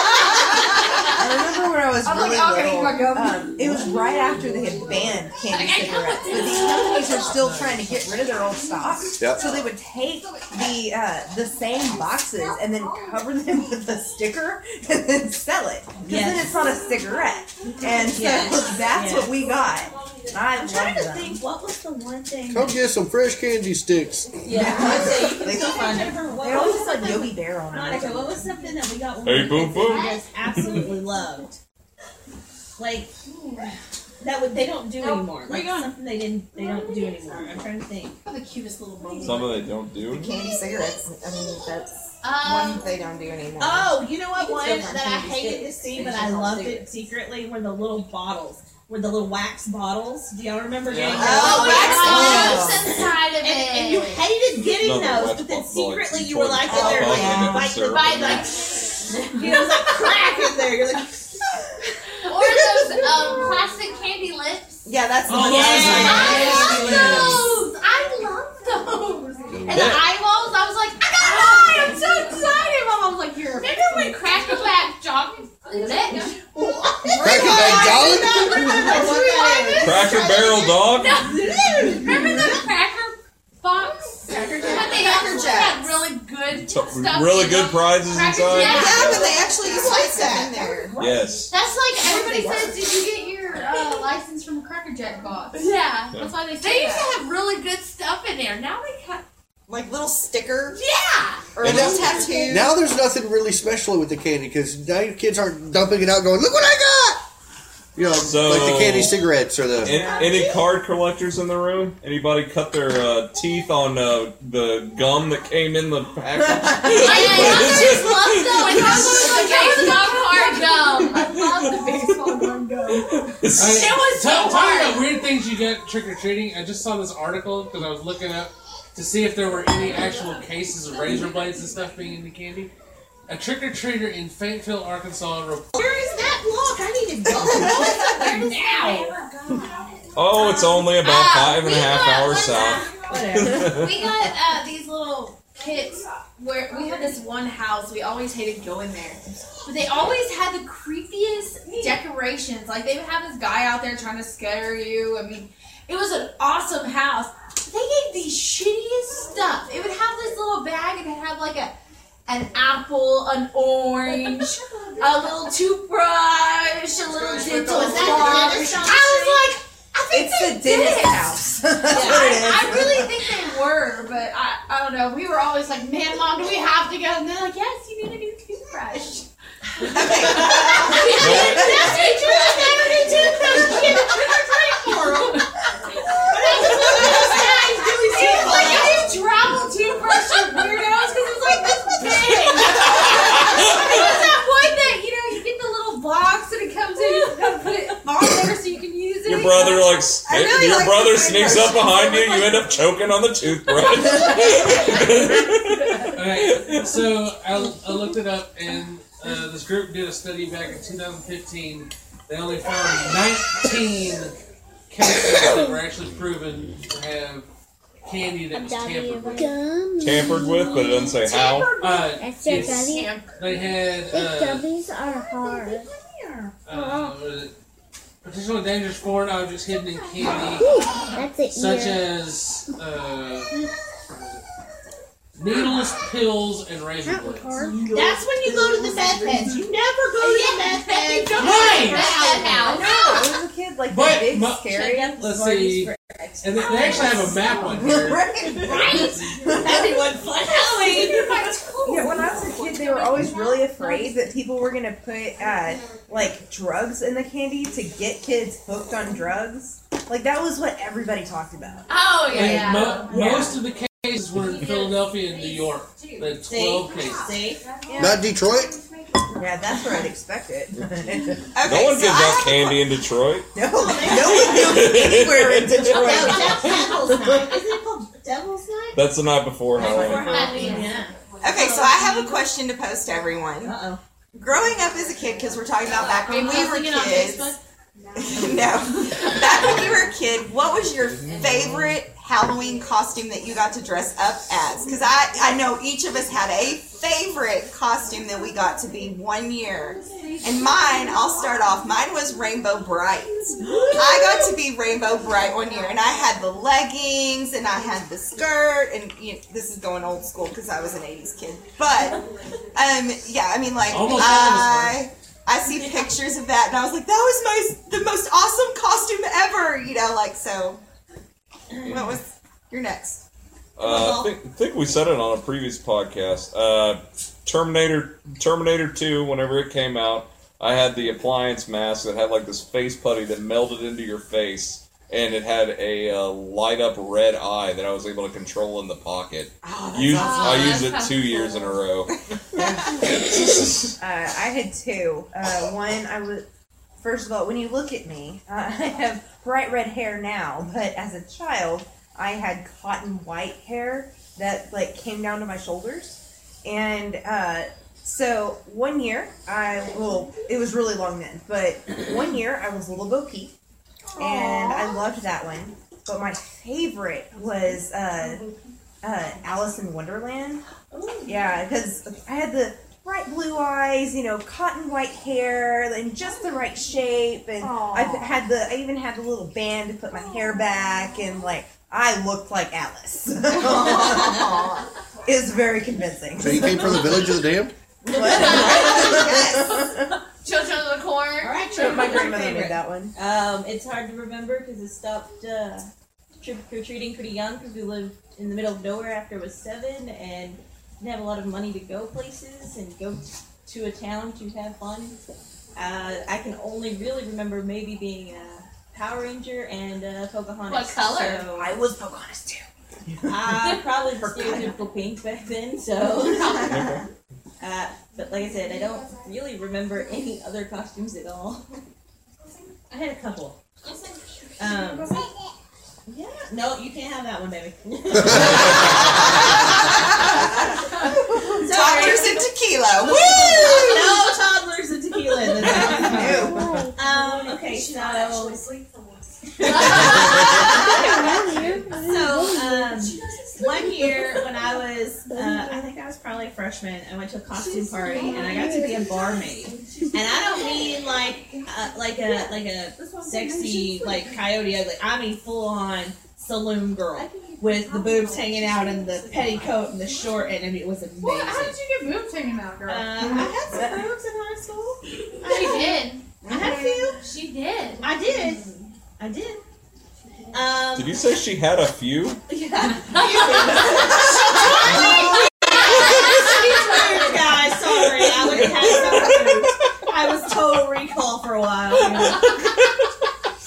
Speaker 4: cool.
Speaker 7: I remember when I
Speaker 4: *laughs*
Speaker 7: was
Speaker 4: I'm like, "Oh,
Speaker 7: really
Speaker 4: okay,
Speaker 7: little.
Speaker 4: my gum.
Speaker 7: Um, it was right after they had banned candy cigarettes, but these companies are still trying to get rid of their old stock.
Speaker 3: Yep.
Speaker 7: So they would take the uh, the same boxes and then cover them *laughs* with a sticker and then sell it. Because then
Speaker 10: Yes.
Speaker 7: it's not a cigarette, and so
Speaker 10: Yes.
Speaker 7: that's what we got. I
Speaker 10: I'm
Speaker 7: love
Speaker 10: trying to
Speaker 7: them.
Speaker 10: think what was the one thing.
Speaker 3: Come get some fresh candy sticks.
Speaker 10: Yeah, I would say you can
Speaker 7: They
Speaker 10: still
Speaker 7: can
Speaker 10: find
Speaker 7: find
Speaker 10: it.
Speaker 7: it.
Speaker 10: What
Speaker 7: They
Speaker 10: was
Speaker 7: always
Speaker 10: something-
Speaker 7: had Yogi Bear on it.
Speaker 10: Monica, what was something that we got when
Speaker 6: Hey,
Speaker 10: we
Speaker 6: boom,
Speaker 10: were
Speaker 6: boom.
Speaker 10: kids that we just absolutely loved? Like that would they don't do
Speaker 4: Nope,
Speaker 10: anymore.
Speaker 4: we're
Speaker 10: Like
Speaker 4: gone.
Speaker 10: something they didn't they don't do anymore. I'm trying to think.
Speaker 4: the cutest little bubble.
Speaker 6: Some of they don't do.
Speaker 18: Candy cigarettes. I mean, that's
Speaker 4: Um,
Speaker 18: one they don't do anymore.
Speaker 10: Oh, you know
Speaker 18: You
Speaker 10: what
Speaker 18: can
Speaker 10: one
Speaker 18: still find
Speaker 10: that I
Speaker 18: candy
Speaker 10: hated to
Speaker 18: sticks.
Speaker 10: see,
Speaker 18: They
Speaker 10: but
Speaker 18: just
Speaker 10: I
Speaker 18: don't
Speaker 10: loved
Speaker 18: do
Speaker 10: it secretly were the little bottles, were the little wax bottles. Do y'all remember
Speaker 4: Yeah.
Speaker 10: getting those?
Speaker 4: Oh,
Speaker 10: Wax
Speaker 4: yes.
Speaker 10: bottles.
Speaker 4: Juice inside of
Speaker 10: and, and
Speaker 4: it.
Speaker 10: you hated getting
Speaker 6: Another
Speaker 10: those,
Speaker 6: wax
Speaker 10: but then
Speaker 6: bottle, like,
Speaker 10: secretly you were
Speaker 6: toilet
Speaker 10: like,
Speaker 6: paper.
Speaker 10: in there,
Speaker 6: Oh, yeah.
Speaker 10: like,
Speaker 6: Syrup
Speaker 10: like,
Speaker 6: in
Speaker 10: the
Speaker 4: *laughs*
Speaker 10: like, *laughs* you know, it's like crack in there.
Speaker 6: *laughs*
Speaker 10: You're like,
Speaker 4: Or those um, plastic candy lips.
Speaker 18: Yeah, that's the
Speaker 10: Oh,
Speaker 18: one.
Speaker 10: yeah.
Speaker 4: I
Speaker 18: Yeah.
Speaker 4: love those. I love those. And the
Speaker 18: Yeah.
Speaker 4: eyeballs, I was like, I got mine. I'm so excited. My mom was like, you're. Remember when Crack and Back jogging? Is it?
Speaker 3: Crack a bag
Speaker 6: Cracker Barrel dog.
Speaker 4: *laughs* Remember the Cracker Box? Cracker
Speaker 18: Jack.
Speaker 4: But they
Speaker 18: Cracker
Speaker 4: also
Speaker 18: Jacks.
Speaker 4: had really good
Speaker 6: T-
Speaker 4: stuff.
Speaker 6: really
Speaker 4: in
Speaker 6: good
Speaker 4: them.
Speaker 6: prizes
Speaker 4: Cracker
Speaker 6: inside.
Speaker 4: Jack.
Speaker 18: Yeah, but they actually used lights in there.
Speaker 6: Yes.
Speaker 4: That's like everybody says. Did you get your uh, license from a Cracker Jack box? Yeah,
Speaker 18: Yeah.
Speaker 4: that's why they.
Speaker 18: say
Speaker 4: They used
Speaker 18: that.
Speaker 4: to have really good stuff in there. Now they cut.
Speaker 18: Like little sticker.
Speaker 4: Yeah.
Speaker 18: Or
Speaker 3: And
Speaker 18: little
Speaker 3: now-
Speaker 18: tattoo.
Speaker 3: Now there's nothing really special with the candy because now your kids aren't dumping it out going, look what I got! You know, like the candy cigarettes or the.
Speaker 6: Any, any card collectors in the room? Anybody cut their uh, teeth on uh, the gum that came in the package? *laughs*
Speaker 4: just love those. I love the baseball card gum. I love
Speaker 10: *laughs*
Speaker 4: the baseball card gum.
Speaker 9: It was
Speaker 4: so
Speaker 9: Talking
Speaker 4: hard.
Speaker 9: about weird things you get trick or treating, I just saw this article because I was looking up to see if there were any actual cases of razor blades and stuff being in the candy. A trick or treater in Fayetteville, Arkansas. Re-
Speaker 10: where is that block? I need to go.
Speaker 6: *laughs*
Speaker 10: Where is now?
Speaker 6: Oh, it's
Speaker 7: Um,
Speaker 6: only about
Speaker 7: uh,
Speaker 6: five
Speaker 4: Uh,
Speaker 6: and a half hours south.
Speaker 4: we got uh, these little kits where we had this one house. We always hated going there, but they always had the creepiest decorations. Like they would have this guy out there trying to scare you. I mean, it was an awesome house. They gave the shittiest stuff. It would have this little bag and it'd have like a an apple, an orange, a little toothbrush, a little dental
Speaker 10: Was that the dentist
Speaker 4: floss.
Speaker 10: on the
Speaker 4: I was like, I think
Speaker 7: It's the
Speaker 4: they did
Speaker 7: dentist
Speaker 4: it.
Speaker 7: house. *laughs* That's what it is.
Speaker 4: I, I really think they were, but I, I don't know. We were always like, man, mom, do we have to go? And they're like, yes, you need a new toothbrush. *laughs* Yes, we do. I never did toothbrush. You know, we were trying for 'em. But I just love those guys doing it. Like, I did travel toothbrush, you weirdos, because it was like this big. it was that one that, you know, you get the little box and it comes in, you gotta put it on there so you can use it.
Speaker 6: *laughs* Your brother like sn- your brother sneaks up behind you. You end up choking on
Speaker 7: *laughs*
Speaker 6: the toothbrush.
Speaker 9: Okay, so I, I looked it up, and uh, this group did a study back in 2015. They only found 19 cases that were actually proven to have candy that was tampered with.
Speaker 6: Tampered with, but it doesn't say how.
Speaker 9: Uh,
Speaker 19: That's their
Speaker 9: it's-
Speaker 19: gummy.
Speaker 9: They had
Speaker 19: The
Speaker 9: uh,
Speaker 19: gummies are hard.
Speaker 9: uh, what is it? particularly dangerous foreign objects hidden in candy,
Speaker 19: That's it.
Speaker 9: such as uh, needles, pills, and razor blades.
Speaker 10: That's when you go to the meth heads. You never go to the meth heads.
Speaker 9: don't go to the
Speaker 10: Right.
Speaker 9: meth house.
Speaker 10: No.
Speaker 7: As a kid, like
Speaker 9: But
Speaker 7: the big
Speaker 9: my-
Speaker 7: scary.
Speaker 9: Let's see. And they, they actually have a map on here.
Speaker 7: *laughs*
Speaker 10: Everyone fun Halloween.
Speaker 7: Yeah, when I was a kid, they were always really afraid that people were gonna put uh, like drugs in the candy to get kids hooked on drugs. Like that was what everybody talked about.
Speaker 4: Oh,
Speaker 9: Like,
Speaker 4: yeah.
Speaker 9: mo-
Speaker 7: Yeah.
Speaker 9: Most of the cases were in Philadelphia and New York. They had 12 cases.
Speaker 3: Not Detroit?
Speaker 7: Yeah, that's where I'd expect *laughs* it.
Speaker 6: no one
Speaker 7: so
Speaker 6: gives
Speaker 7: I-
Speaker 6: out candy in Detroit.
Speaker 7: *laughs* No,
Speaker 6: *laughs*
Speaker 7: no one knew anywhere in Detroit.
Speaker 10: Devil's Night. Isn't it called Devil's Night?
Speaker 6: That's the night before Halloween.
Speaker 7: Okay, so I have a question to post to everyone. Uh-oh. Growing up as a kid, because we're talking about back when we were kids. *laughs* no. Back when you were a kid, what was your favorite Halloween costume that you got to dress up as? Because I, I know each of us had a favorite costume that we got to be one year. And mine, I'll start off, mine was Rainbow Bright. I got to be Rainbow Bright one year, and I had the leggings, and I had the skirt, and you know, this is going old school because I was an 80s kid. But, um, yeah, I mean, like,
Speaker 17: Almost
Speaker 7: I. I see pictures of that, and I was like, that was my the most awesome costume ever, you know, like so. What was your next?
Speaker 6: Uh, I think, think we said it on a previous podcast. Uh, Terminator, Terminator Two. Whenever it came out, I had the appliance mask that had like this face putty that melted into your face, and it had a uh, light up red eye that I was able to control in the pocket.
Speaker 7: awesome.
Speaker 6: Used- I used it two years in a row.
Speaker 9: Uh, I had two. Uh, one, I was first of all, when you look at me, *laughs* uh, I have bright red hair now, but as a child, I had cotton white hair that like came down to my shoulders, and uh, so one year I well, it was really long then, but one year I was Little Bo Peep, and I loved that one. But my favorite was uh, uh, Alice in Wonderland. Yeah, because I had the bright blue eyes, you know, cotton white hair, and just the right shape, and I had the I even had the little band to put my hair back, and like I looked
Speaker 7: *laughs*
Speaker 9: like Alice. *laughs* it's very convincing.
Speaker 3: So you came from the Village of the Damned? *laughs*
Speaker 17: Children of the Corn. All right, Children
Speaker 9: My
Speaker 17: of the Corn
Speaker 9: grandmother
Speaker 17: favorite.
Speaker 9: made
Speaker 7: *laughs*
Speaker 9: that one.
Speaker 10: Um, it's hard to remember because it stopped uh, trick or treating pretty young because we lived in the middle of nowhere after I was seven and didn't have a lot of money to go places and go to a town to have fun. Uh, I can only really remember maybe being a Power Ranger and uh, Pocahontas.
Speaker 17: What color?
Speaker 10: I was Pocahontas too. uh, probably the stereotypical pink back
Speaker 17: *laughs*
Speaker 10: then, so. uh, but like I said, I don't really remember any other costumes at all. *laughs* I had a couple. Um, yeah, no, you can't have that one, baby. *laughs*
Speaker 7: Toddlers and
Speaker 9: *laughs*
Speaker 7: tequila. Woo!
Speaker 10: No toddlers and tequila in this house. Um, okay, so.
Speaker 9: *laughs*
Speaker 5: So,
Speaker 10: um, one year when I was, uh, I think I was probably a freshman, I went to a costume party and I got to be a barmaid. And I don't mean like uh, like a like a sexy like coyote ugly. I mean full on saloon girl with the boobs hanging out and the petticoat and the short. And I mean it was amazing.
Speaker 4: Well, how did you get boobs hanging out, girl?
Speaker 10: Uh, I had some boobs in high school.
Speaker 4: She did.
Speaker 10: I had a few. She did. I did. I did.
Speaker 6: *laughs*
Speaker 10: Um,
Speaker 6: Did you say she had a few?
Speaker 10: *laughs* guys, sorry. I would have had some food. I was total recall for a while. You know.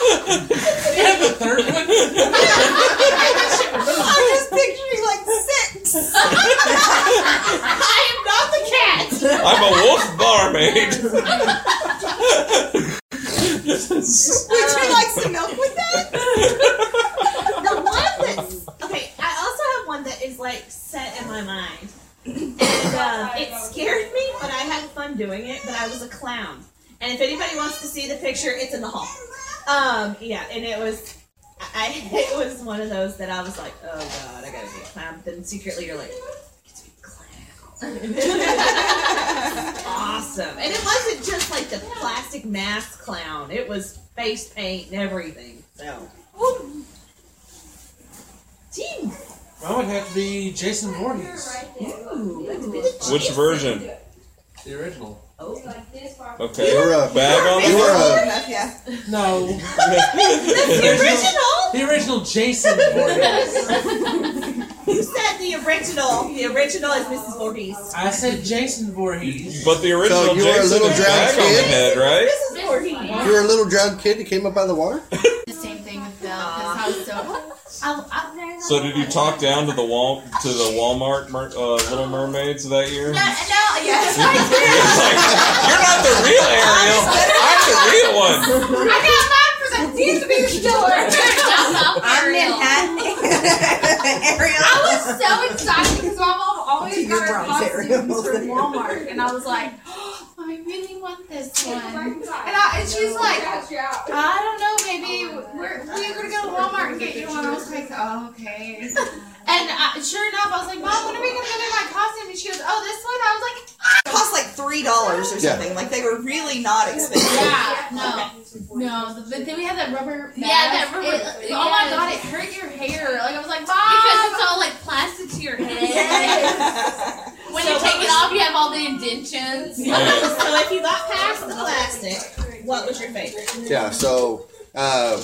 Speaker 10: *laughs*
Speaker 7: I'm just picturing like six.
Speaker 10: I am not the cat.
Speaker 6: I'm a wolf barmaid. *laughs*
Speaker 7: Would you like some milk with
Speaker 10: the one that's okay. I also have one that is like set in my mind, and uh, it scared me, but I had fun doing it. But I was a clown, and if anybody wants to see the picture, it's in the hall. Um, yeah, and it was. I it was one of those that I was like, oh god, I gotta be a clown. But then secretly, you're like, *laughs* awesome. And it wasn't just like the plastic mask clown. It was face paint and everything. So. Team.
Speaker 15: Mine would have to be Jason Voorhees.
Speaker 6: Which version?
Speaker 15: The original.
Speaker 6: Okay.
Speaker 15: You were a-
Speaker 6: bag on
Speaker 15: you were a-
Speaker 7: that? Oh,
Speaker 9: *laughs*
Speaker 7: Yeah.
Speaker 15: No.
Speaker 10: *laughs*
Speaker 6: *laughs*
Speaker 10: the original.
Speaker 9: *laughs*
Speaker 15: The original Jason Voorhees.
Speaker 10: *laughs* you said the original. The original is Mrs. Voorhees.
Speaker 15: I said Jason Voorhees.
Speaker 6: But the original
Speaker 3: So you were a
Speaker 6: Jason
Speaker 3: little
Speaker 6: had a
Speaker 3: drowned
Speaker 6: bag on the
Speaker 3: kid?
Speaker 6: head, right?
Speaker 10: Mrs. Voorhees.
Speaker 3: You were a little drowned kid that came up out of the water?
Speaker 4: The same thing with Bill. 'cause I was so. I, I,
Speaker 6: So did you talk down to the wall to the Walmart mer- uh, Little Mermaids that year?
Speaker 4: No, yes, I did.
Speaker 6: *laughs* You're not the real Ariel. I'm the real one.
Speaker 4: I got mine from the deep store.
Speaker 17: I'm
Speaker 4: Manhattan. I was so excited because my mom always
Speaker 17: Keep your
Speaker 4: got her
Speaker 17: bronze
Speaker 4: costumes from Walmart, and I was like, oh, I really want this one. And, I, and she's like, I don't know, baby, we're, we're gonna go to Walmart and get you one. I was like, oh, okay. And I, sure enough, I was like, Mom, when are we gonna go get my costume? And she goes, Oh, this one. I was like,
Speaker 7: It cost like three dollars or
Speaker 4: Yeah.
Speaker 7: something. Like they were really not expensive.
Speaker 4: Yeah, no, no. the- But then we had that rubber.
Speaker 7: Yeah,
Speaker 4: mask.
Speaker 7: that rubber-
Speaker 4: It- oh my
Speaker 7: yes.
Speaker 4: god, it hurt your hair. Like I was like, mom,
Speaker 17: Because it's all,
Speaker 4: like plastic to *laughs* your head.
Speaker 7: *laughs*
Speaker 4: when
Speaker 17: So
Speaker 4: you
Speaker 17: what
Speaker 4: take
Speaker 17: was-
Speaker 4: it off, you have all the indentions.
Speaker 3: Yeah.
Speaker 10: so if you got past the plastic, what was your favorite?
Speaker 3: Yeah, so um,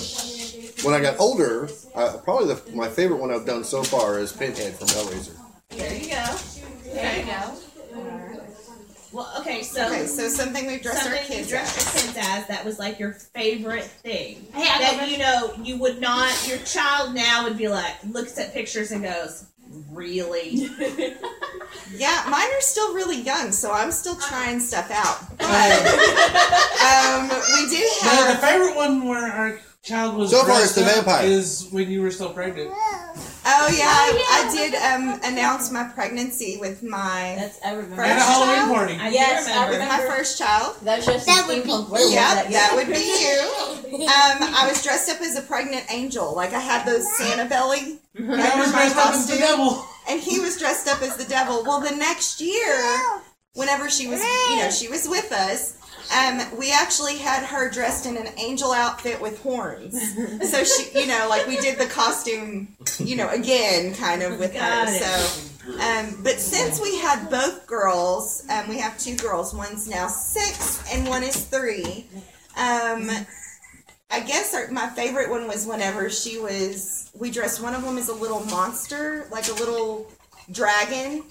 Speaker 3: when I got older, uh, probably the, my favorite one I've done so far is Pinhead from Hellraiser.
Speaker 10: There you go. There you go. Well, okay, so
Speaker 7: Okay, so something we've dressed our
Speaker 10: something you
Speaker 7: kids
Speaker 10: dressed your kids as that was like your favorite thing
Speaker 7: Hey, I
Speaker 10: that
Speaker 7: love it.
Speaker 10: you know you would not. Your child now would be like looks at pictures and goes, "Really?
Speaker 7: Yeah, mine are still really young, so I'm still trying stuff out. But, *laughs* um, we did
Speaker 15: Now, Uh, the
Speaker 7: have.
Speaker 15: favorite one where our child was
Speaker 3: So far,
Speaker 15: dressed
Speaker 3: it's the
Speaker 15: up
Speaker 3: vampire.
Speaker 15: is when you were still pregnant.
Speaker 7: Oh yeah, I, I did um, announce my pregnancy with my first
Speaker 15: At a Halloween
Speaker 7: child.
Speaker 15: party. I do
Speaker 7: yes,
Speaker 15: remember.
Speaker 7: with my first child. That was
Speaker 17: just That would be steampunk werewolf
Speaker 7: Yeah,
Speaker 17: that
Speaker 7: that
Speaker 17: year.
Speaker 7: would be *laughs* you. Um, I was dressed up as a pregnant angel, like I had those Santa belly.
Speaker 17: And I was dressed up as the
Speaker 15: devil.
Speaker 7: And he was dressed up as the devil. Well, the next year, whenever she was, you know, she was with us. Um, we actually had her dressed in an angel outfit with horns. So she, you know, like we did the costume, you know, again, kind of with
Speaker 17: Got
Speaker 7: her.
Speaker 17: it.
Speaker 7: So, um, but since we had both girls, um, we have two girls. One's now six, and one is three. Um, I guess our, my favorite one was whenever she was. We dressed one of them as a little monster, like a little dragon.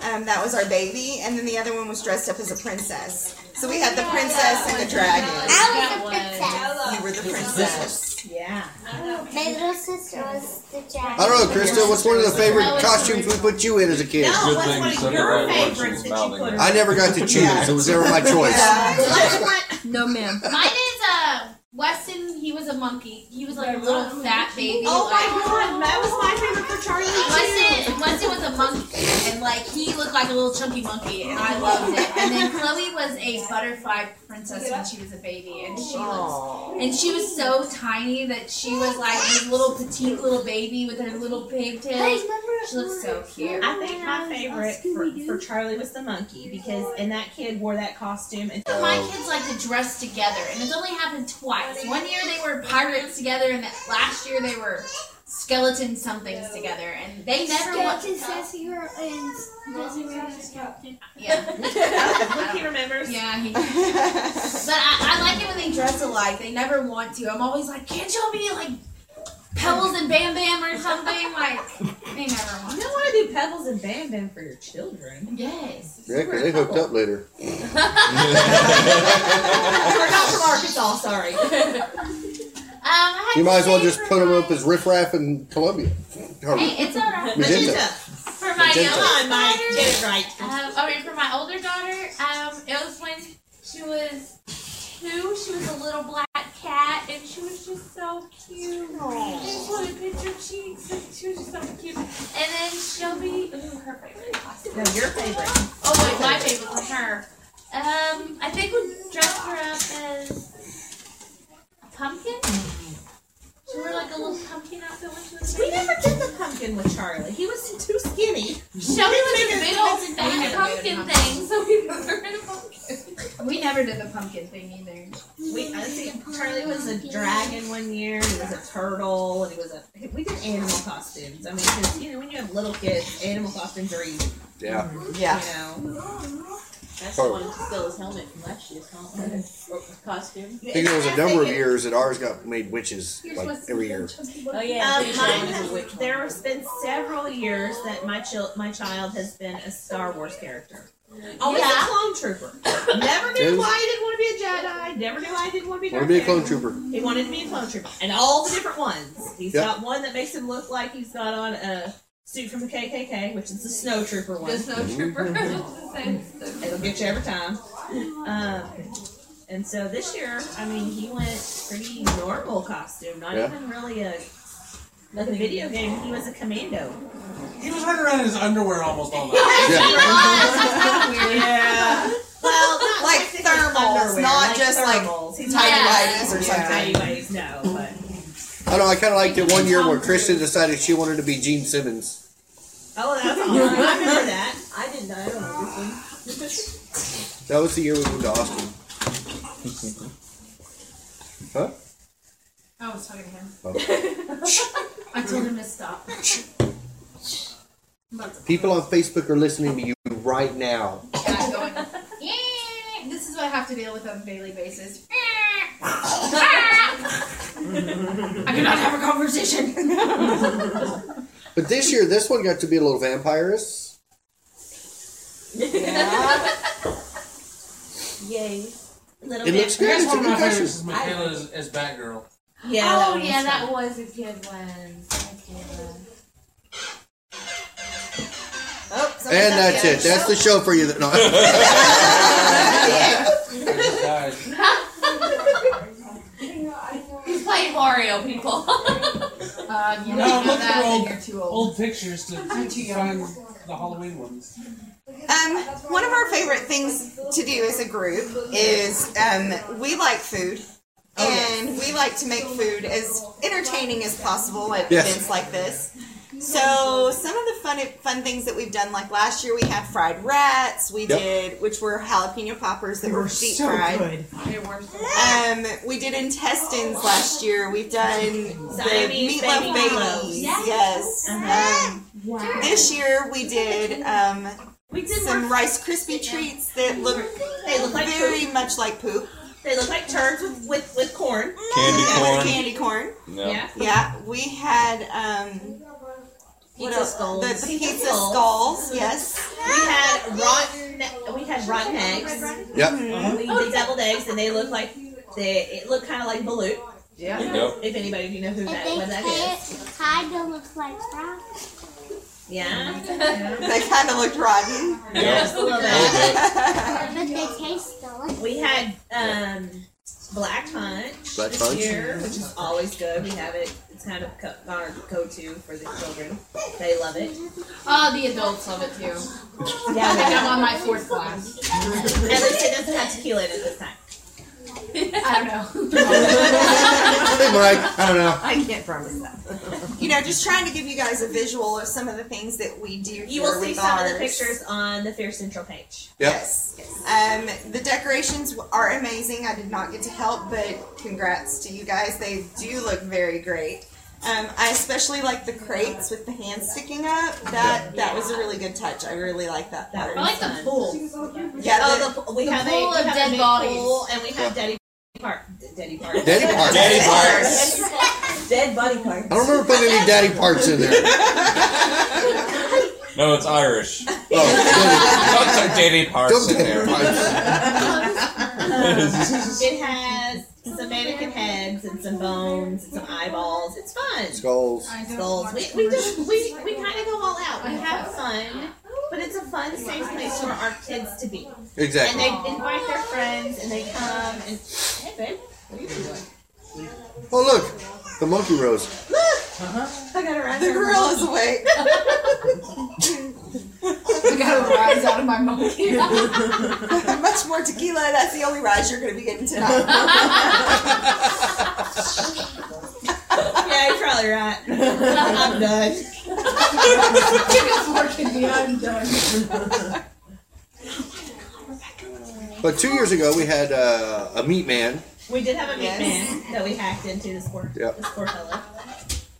Speaker 7: Um, that was our baby, and then the other one was dressed up as a princess. So we had the princess and the dragon.
Speaker 20: I was the princess.
Speaker 7: You were the princess. Yeah.
Speaker 20: My little sister was the dragon.
Speaker 3: I don't know, Krista, what's one of the favorite costumes we put you in as a kid?
Speaker 20: No,
Speaker 6: Good thing you said it right when she was mouthing it.
Speaker 3: I never got to choose. It was never my choice.
Speaker 4: no, ma'am. Mine is uh, Weston. He was a monkey. He was like a little fat baby.
Speaker 10: Oh my
Speaker 4: like-
Speaker 10: god, that was my favorite for Charlie too.
Speaker 4: Weston, Weston was a monkey, and like he looked like a little chunky monkey, and I loved it. And then Chloe was a butterfly princess when she was a baby, and she was and she was so tiny that she was like this little petite little baby with her little pigtails. She looked so cute.
Speaker 10: I think my favorite for, for Charlie was the monkey because and that kid wore that costume and
Speaker 4: My kids like to dress together, and it's only happened twice. One year they were pirates together, and that last year they were skeleton somethings together, and they never want
Speaker 14: Skeleton says you were in Skeleton.
Speaker 4: Yeah.
Speaker 10: he remembers.
Speaker 4: Yeah, he But I, I like it when they dress alike. They never want to. I'm always like, can't y'all be like Pebbles and Bam Bam or something? Like, they never want
Speaker 10: You don't want to do pebbles and bam bam for your
Speaker 4: *laughs*
Speaker 10: children.
Speaker 4: Yes.
Speaker 3: Yeah, 'cause they hooked up later.
Speaker 10: We're not from Arkansas, sorry.
Speaker 4: Um, I had
Speaker 3: You might as well
Speaker 4: to say
Speaker 3: just put them up as Riff Raff and Columbia.
Speaker 4: for- Hey, it's alright.
Speaker 3: *laughs* Magenta.
Speaker 4: For my
Speaker 3: Magenta.
Speaker 4: younger
Speaker 3: Come
Speaker 10: on, Mike,
Speaker 4: daughter,
Speaker 10: get it right.
Speaker 4: Um, all right, for my older daughter, um, it was when she was two. She was a little black cat, and she was just so cute. I just want to pinch her cheeks, and she was just so cute. And then Shelby, ooh, her favorite costume.
Speaker 10: No, your favorite.
Speaker 4: Oh, wait, my favorite was her. Um, I think we dressed her up as a pumpkin. She wore like a little pumpkin outfit when she was
Speaker 10: We never did the pumpkin with Charlie. He was too skinny.
Speaker 4: Shelby was a big old fat pumpkin thing, so we put her in a pumpkin. We never did the pumpkin thing either.
Speaker 10: We, I think Charlie was a dragon one year. He was a turtle, and he was a. We did animal costumes. I mean, 'cause, you know, when you have little kids, animal costumes are easy.
Speaker 3: Yeah.
Speaker 7: Yeah.
Speaker 10: You know.
Speaker 17: That's
Speaker 3: the
Speaker 17: the
Speaker 3: one
Speaker 17: one to steal his helmet from last year's costume.
Speaker 3: I think there was a number of years that ours got made witches like every year.
Speaker 17: Oh, yeah,
Speaker 10: Um,
Speaker 17: pretty sure
Speaker 10: mine
Speaker 17: it was a
Speaker 10: has, there has been several years that my child, my child has been a Star Wars character. Always
Speaker 17: Yeah.
Speaker 10: a clone trooper. Never knew why I didn't want to be a Jedi. Never knew I didn't want to be.
Speaker 3: Want to be a
Speaker 10: Darth
Speaker 3: clone
Speaker 10: Vader.
Speaker 3: trooper?
Speaker 10: He wanted to be a clone trooper, and all the different ones. He's
Speaker 3: Yep.
Speaker 10: got one that makes him look like he's got on a suit from the KKK, which is the snow trooper one.
Speaker 4: The snow trooper. It's the same stuff.
Speaker 10: It'll get you every time. Um, and so this year, I mean, he went pretty normal costume, not
Speaker 3: Yeah.
Speaker 10: even really a The video game, he was a commando.
Speaker 15: He was running around in his underwear almost all night.
Speaker 7: Yeah.
Speaker 10: *laughs* yeah.
Speaker 7: Well, like thermals,
Speaker 10: underwear,
Speaker 7: not
Speaker 10: like
Speaker 7: just like
Speaker 10: thermals.
Speaker 7: tidy whities
Speaker 10: He's
Speaker 7: or
Speaker 10: not-
Speaker 7: something.
Speaker 10: Anyways, no, but
Speaker 3: I don't know. I kind of liked it one year where Kristen decided she wanted to be Gene Simmons.
Speaker 10: oh, that's awesome. I remember that. I didn't. I don't know this one.
Speaker 3: That was the year we moved to Austin. Huh?
Speaker 4: I was talking to him.
Speaker 3: Oh.
Speaker 4: I told him to stop.
Speaker 3: People on Facebook are listening to you right now.
Speaker 4: Yeah, going, yeah. This is what I have to deal with on a daily basis. I cannot have a conversation.
Speaker 3: But this year, this one got to be a little vampirist.
Speaker 10: Yay. Little
Speaker 3: It looks good.
Speaker 15: That's
Speaker 3: It's a
Speaker 15: one of my
Speaker 3: good
Speaker 15: favorites
Speaker 3: question.
Speaker 15: is Michaela as, as Batgirl.
Speaker 4: oh yeah, that was a good one. That's a good one.
Speaker 7: Oh,
Speaker 3: And that's it. That's the show for you. That, *laughs* no.
Speaker 4: He's playing Mario, *laughs* people. um, you
Speaker 15: No,
Speaker 4: don't know
Speaker 15: look
Speaker 4: that,
Speaker 15: for
Speaker 4: then
Speaker 15: old,
Speaker 4: you're too old.
Speaker 15: old pictures to, to find the Halloween ones.
Speaker 7: Um, one of our favorite things to do as a group is um, we like food.
Speaker 17: Oh,
Speaker 7: And we like to make food as entertaining as possible at
Speaker 17: Yes.
Speaker 7: events like this. So some of the fun fun things that we've done, like last year, we had fried rats. We
Speaker 17: Yep.
Speaker 7: did, which were jalapeno poppers that
Speaker 17: They
Speaker 7: were,
Speaker 17: were
Speaker 7: deep
Speaker 17: so
Speaker 7: fried.
Speaker 17: good.
Speaker 4: They were so
Speaker 7: Um, we did intestines last year. We've done the
Speaker 10: Siamese
Speaker 7: meatloaf
Speaker 10: baby
Speaker 7: babies.
Speaker 10: meatloaf. Uh-huh.
Speaker 7: Yes. Um, This year we did um, some Rice Krispie treats that look
Speaker 10: They look like
Speaker 7: very
Speaker 10: poop.
Speaker 7: much like poop.
Speaker 10: They look like turds with with, with corn.
Speaker 7: Candy
Speaker 10: corn.
Speaker 7: Candy corn.
Speaker 10: Yeah. Yeah.
Speaker 7: Yeah. We had um, what
Speaker 10: Pizza
Speaker 7: else?
Speaker 10: skulls.
Speaker 7: The, the
Speaker 10: Pizza
Speaker 7: pizza
Speaker 10: skulls.
Speaker 7: skulls. Yes.
Speaker 10: We had rotten. We had rotten eggs.
Speaker 3: Yep.
Speaker 20: Uh-huh.
Speaker 7: Mm-hmm.
Speaker 10: We did deviled eggs, and they look like they. It looked kind of like balut. Yeah.
Speaker 17: Yep.
Speaker 10: If anybody of you know who
Speaker 20: And
Speaker 10: that
Speaker 20: they
Speaker 10: what that is.
Speaker 20: kind of looks like rock.
Speaker 10: Yeah.
Speaker 7: They kind of looked rotten. *laughs*
Speaker 10: Just a little bit.
Speaker 20: But they taste delicious.
Speaker 10: We had um, black hunch
Speaker 20: Black
Speaker 10: this
Speaker 20: Punch?
Speaker 10: year, which is always good. We have it. It's kind of co- our go-to for the children. They love it.
Speaker 4: Oh, the adults love it too.
Speaker 10: Yeah,
Speaker 4: I
Speaker 10: they
Speaker 4: think I'm
Speaker 10: do.
Speaker 4: on my fourth glass.
Speaker 10: At least it doesn't have tequila in it this time.
Speaker 4: I don't
Speaker 3: Hey, Mike. I don't know.
Speaker 7: I can't promise that. you know, just trying to give you guys a visual of some of the things that we do.
Speaker 10: You
Speaker 7: here
Speaker 10: will see
Speaker 7: with
Speaker 10: some of
Speaker 7: ours.
Speaker 10: the pictures on the Fair Central page.
Speaker 7: Yes. Um, the decorations are amazing. I did not get to help, but congrats to you guys. They do look very great. Um, I especially like the crates with the hands sticking up. That that was a really good touch. I really like that. Part.
Speaker 4: I like the pool.
Speaker 7: Yeah,
Speaker 10: Oh, the, we
Speaker 4: the
Speaker 10: have
Speaker 4: pool
Speaker 10: a, we
Speaker 4: of
Speaker 10: have
Speaker 4: dead
Speaker 10: a big
Speaker 4: bodies.
Speaker 10: pool, and we have Daddy Park. Daddy Park.
Speaker 3: Daddy Park. Daddy Park.
Speaker 10: Dead body park.
Speaker 3: I don't remember putting any daddy parts in there.
Speaker 6: No, it's *laughs* Irish. Oh, Don't put Danny Parts in there.
Speaker 10: Um, *laughs* it has some mannequin heads and some bones and some eyeballs. It's fun.
Speaker 3: Skulls.
Speaker 10: Skulls. We, we just we, we kind of go all out. We have fun, but it's a fun, safe place for our kids to be.
Speaker 3: Exactly.
Speaker 10: And they invite their friends, and they come and hey, babe, what are you doing?
Speaker 3: Oh, look. The monkey rose.
Speaker 10: Look, I got to ride.
Speaker 7: The girl is awake.
Speaker 4: I gotta rise out of my monkey.
Speaker 7: *laughs* Much more tequila. That's the only rise you're going to be getting
Speaker 10: *laughs*
Speaker 7: tonight.
Speaker 10: yeah, you're probably right. I'm
Speaker 4: I'm
Speaker 10: done.
Speaker 4: done.
Speaker 3: But two years ago, we had uh, a meat man.
Speaker 10: We did have a meat
Speaker 7: Yes.
Speaker 10: man that we hacked into this poor,
Speaker 3: Yep.
Speaker 10: this poor fella.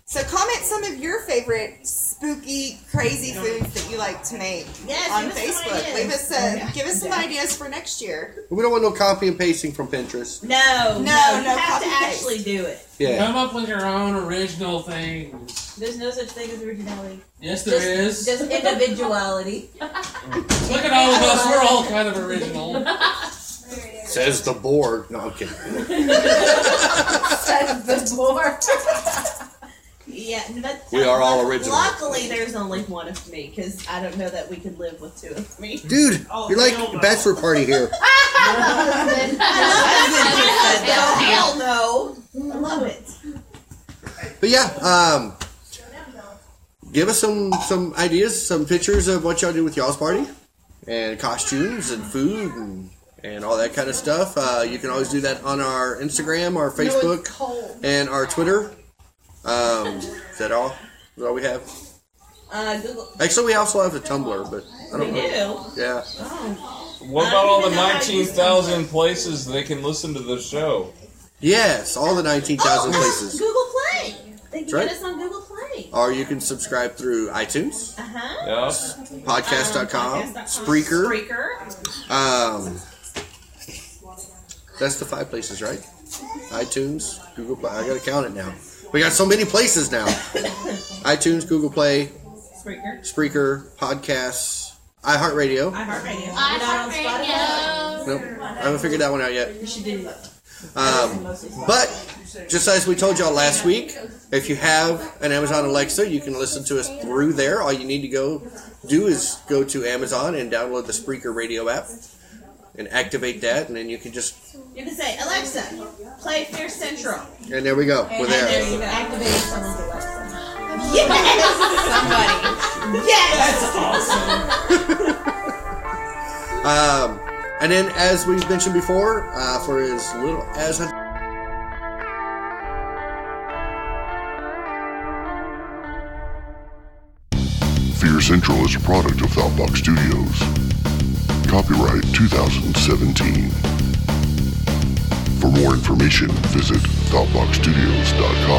Speaker 7: so comment some of your favorite spooky, crazy foods that you like to make
Speaker 10: Yes,
Speaker 7: on
Speaker 10: give us some
Speaker 7: Facebook.
Speaker 10: ideas.
Speaker 7: Leave us a,
Speaker 10: Oh, yeah.
Speaker 7: give us some
Speaker 10: Yeah.
Speaker 7: ideas for next year.
Speaker 3: We don't want no copy and pasting from Pinterest.
Speaker 10: No, no,
Speaker 7: No,
Speaker 10: you
Speaker 7: no,
Speaker 10: have to
Speaker 7: copy paste.
Speaker 10: actually do it.
Speaker 3: Yeah.
Speaker 15: Come up with your own original things.
Speaker 10: There's no such thing as originality.
Speaker 15: Yes, there is. *laughs*
Speaker 10: just, Just individuality.
Speaker 15: Look at all of us. We're all kind of original.
Speaker 3: Says the board. No, I'm kidding.
Speaker 7: *laughs*
Speaker 10: the door. yeah, but uh,
Speaker 3: We are all original.
Speaker 10: Luckily, there's only one of me because I don't know that we could live with two
Speaker 7: *laughs*
Speaker 10: of me.
Speaker 3: Dude, you're like a bachelor party here.
Speaker 7: *laughs*
Speaker 10: Hell no. I love it.
Speaker 3: But yeah, um, give us some some ideas, some pictures of what y'all do with y'all's party, and costumes and food and and all that kind of stuff. Uh, you can always do that on our Instagram, our Facebook, and our Twitter. Um, is that all? Is that all we have?
Speaker 10: Uh, Google.
Speaker 3: Actually, we also have a Tumblr, but I don't
Speaker 10: We
Speaker 3: know. Yeah.
Speaker 6: What about all the 19,000 places they can listen to the show?
Speaker 3: Yes, all the 19,000
Speaker 10: Oh,
Speaker 3: places.
Speaker 10: Google Play. They can
Speaker 3: That's right.
Speaker 10: get us on Google Play.
Speaker 3: Or you can subscribe through iTunes,
Speaker 10: Uh huh.
Speaker 3: podcast.com,
Speaker 10: Um, podcast dot com,
Speaker 3: Spreaker.
Speaker 10: Spreaker.
Speaker 3: Um, that's the five places, right? iTunes, Google Play. I gotta count it now. We got so many places
Speaker 10: *laughs*
Speaker 3: now. iTunes, Google Play,
Speaker 10: Spreaker.
Speaker 3: Spreaker, podcasts, iHeartRadio.
Speaker 10: iHeartRadio. We're
Speaker 4: *laughs*
Speaker 10: not on Spotify.
Speaker 3: Nope, I haven't figured that one out yet.
Speaker 10: You should do that.
Speaker 3: Um, but just as we told y'all last week, if you have an Amazon Alexa, you can listen to us through there. All you need to go do is go to Amazon and download the Spreaker radio app and activate that, and then you can just
Speaker 10: You can say, Alexa, play Fear Central.
Speaker 3: and there we go. We're
Speaker 10: And there you
Speaker 3: there.
Speaker 10: go. Activate someone's Alexa.
Speaker 3: Yes!
Speaker 10: *laughs* Somebody. Yes! That's awesome.
Speaker 3: Um, and then, as we've mentioned before, uh, for as little as a
Speaker 2: Fear Central is a product of Thoughtbox Studios. Copyright 2017. For more information, visit thoughtboxstudios.com.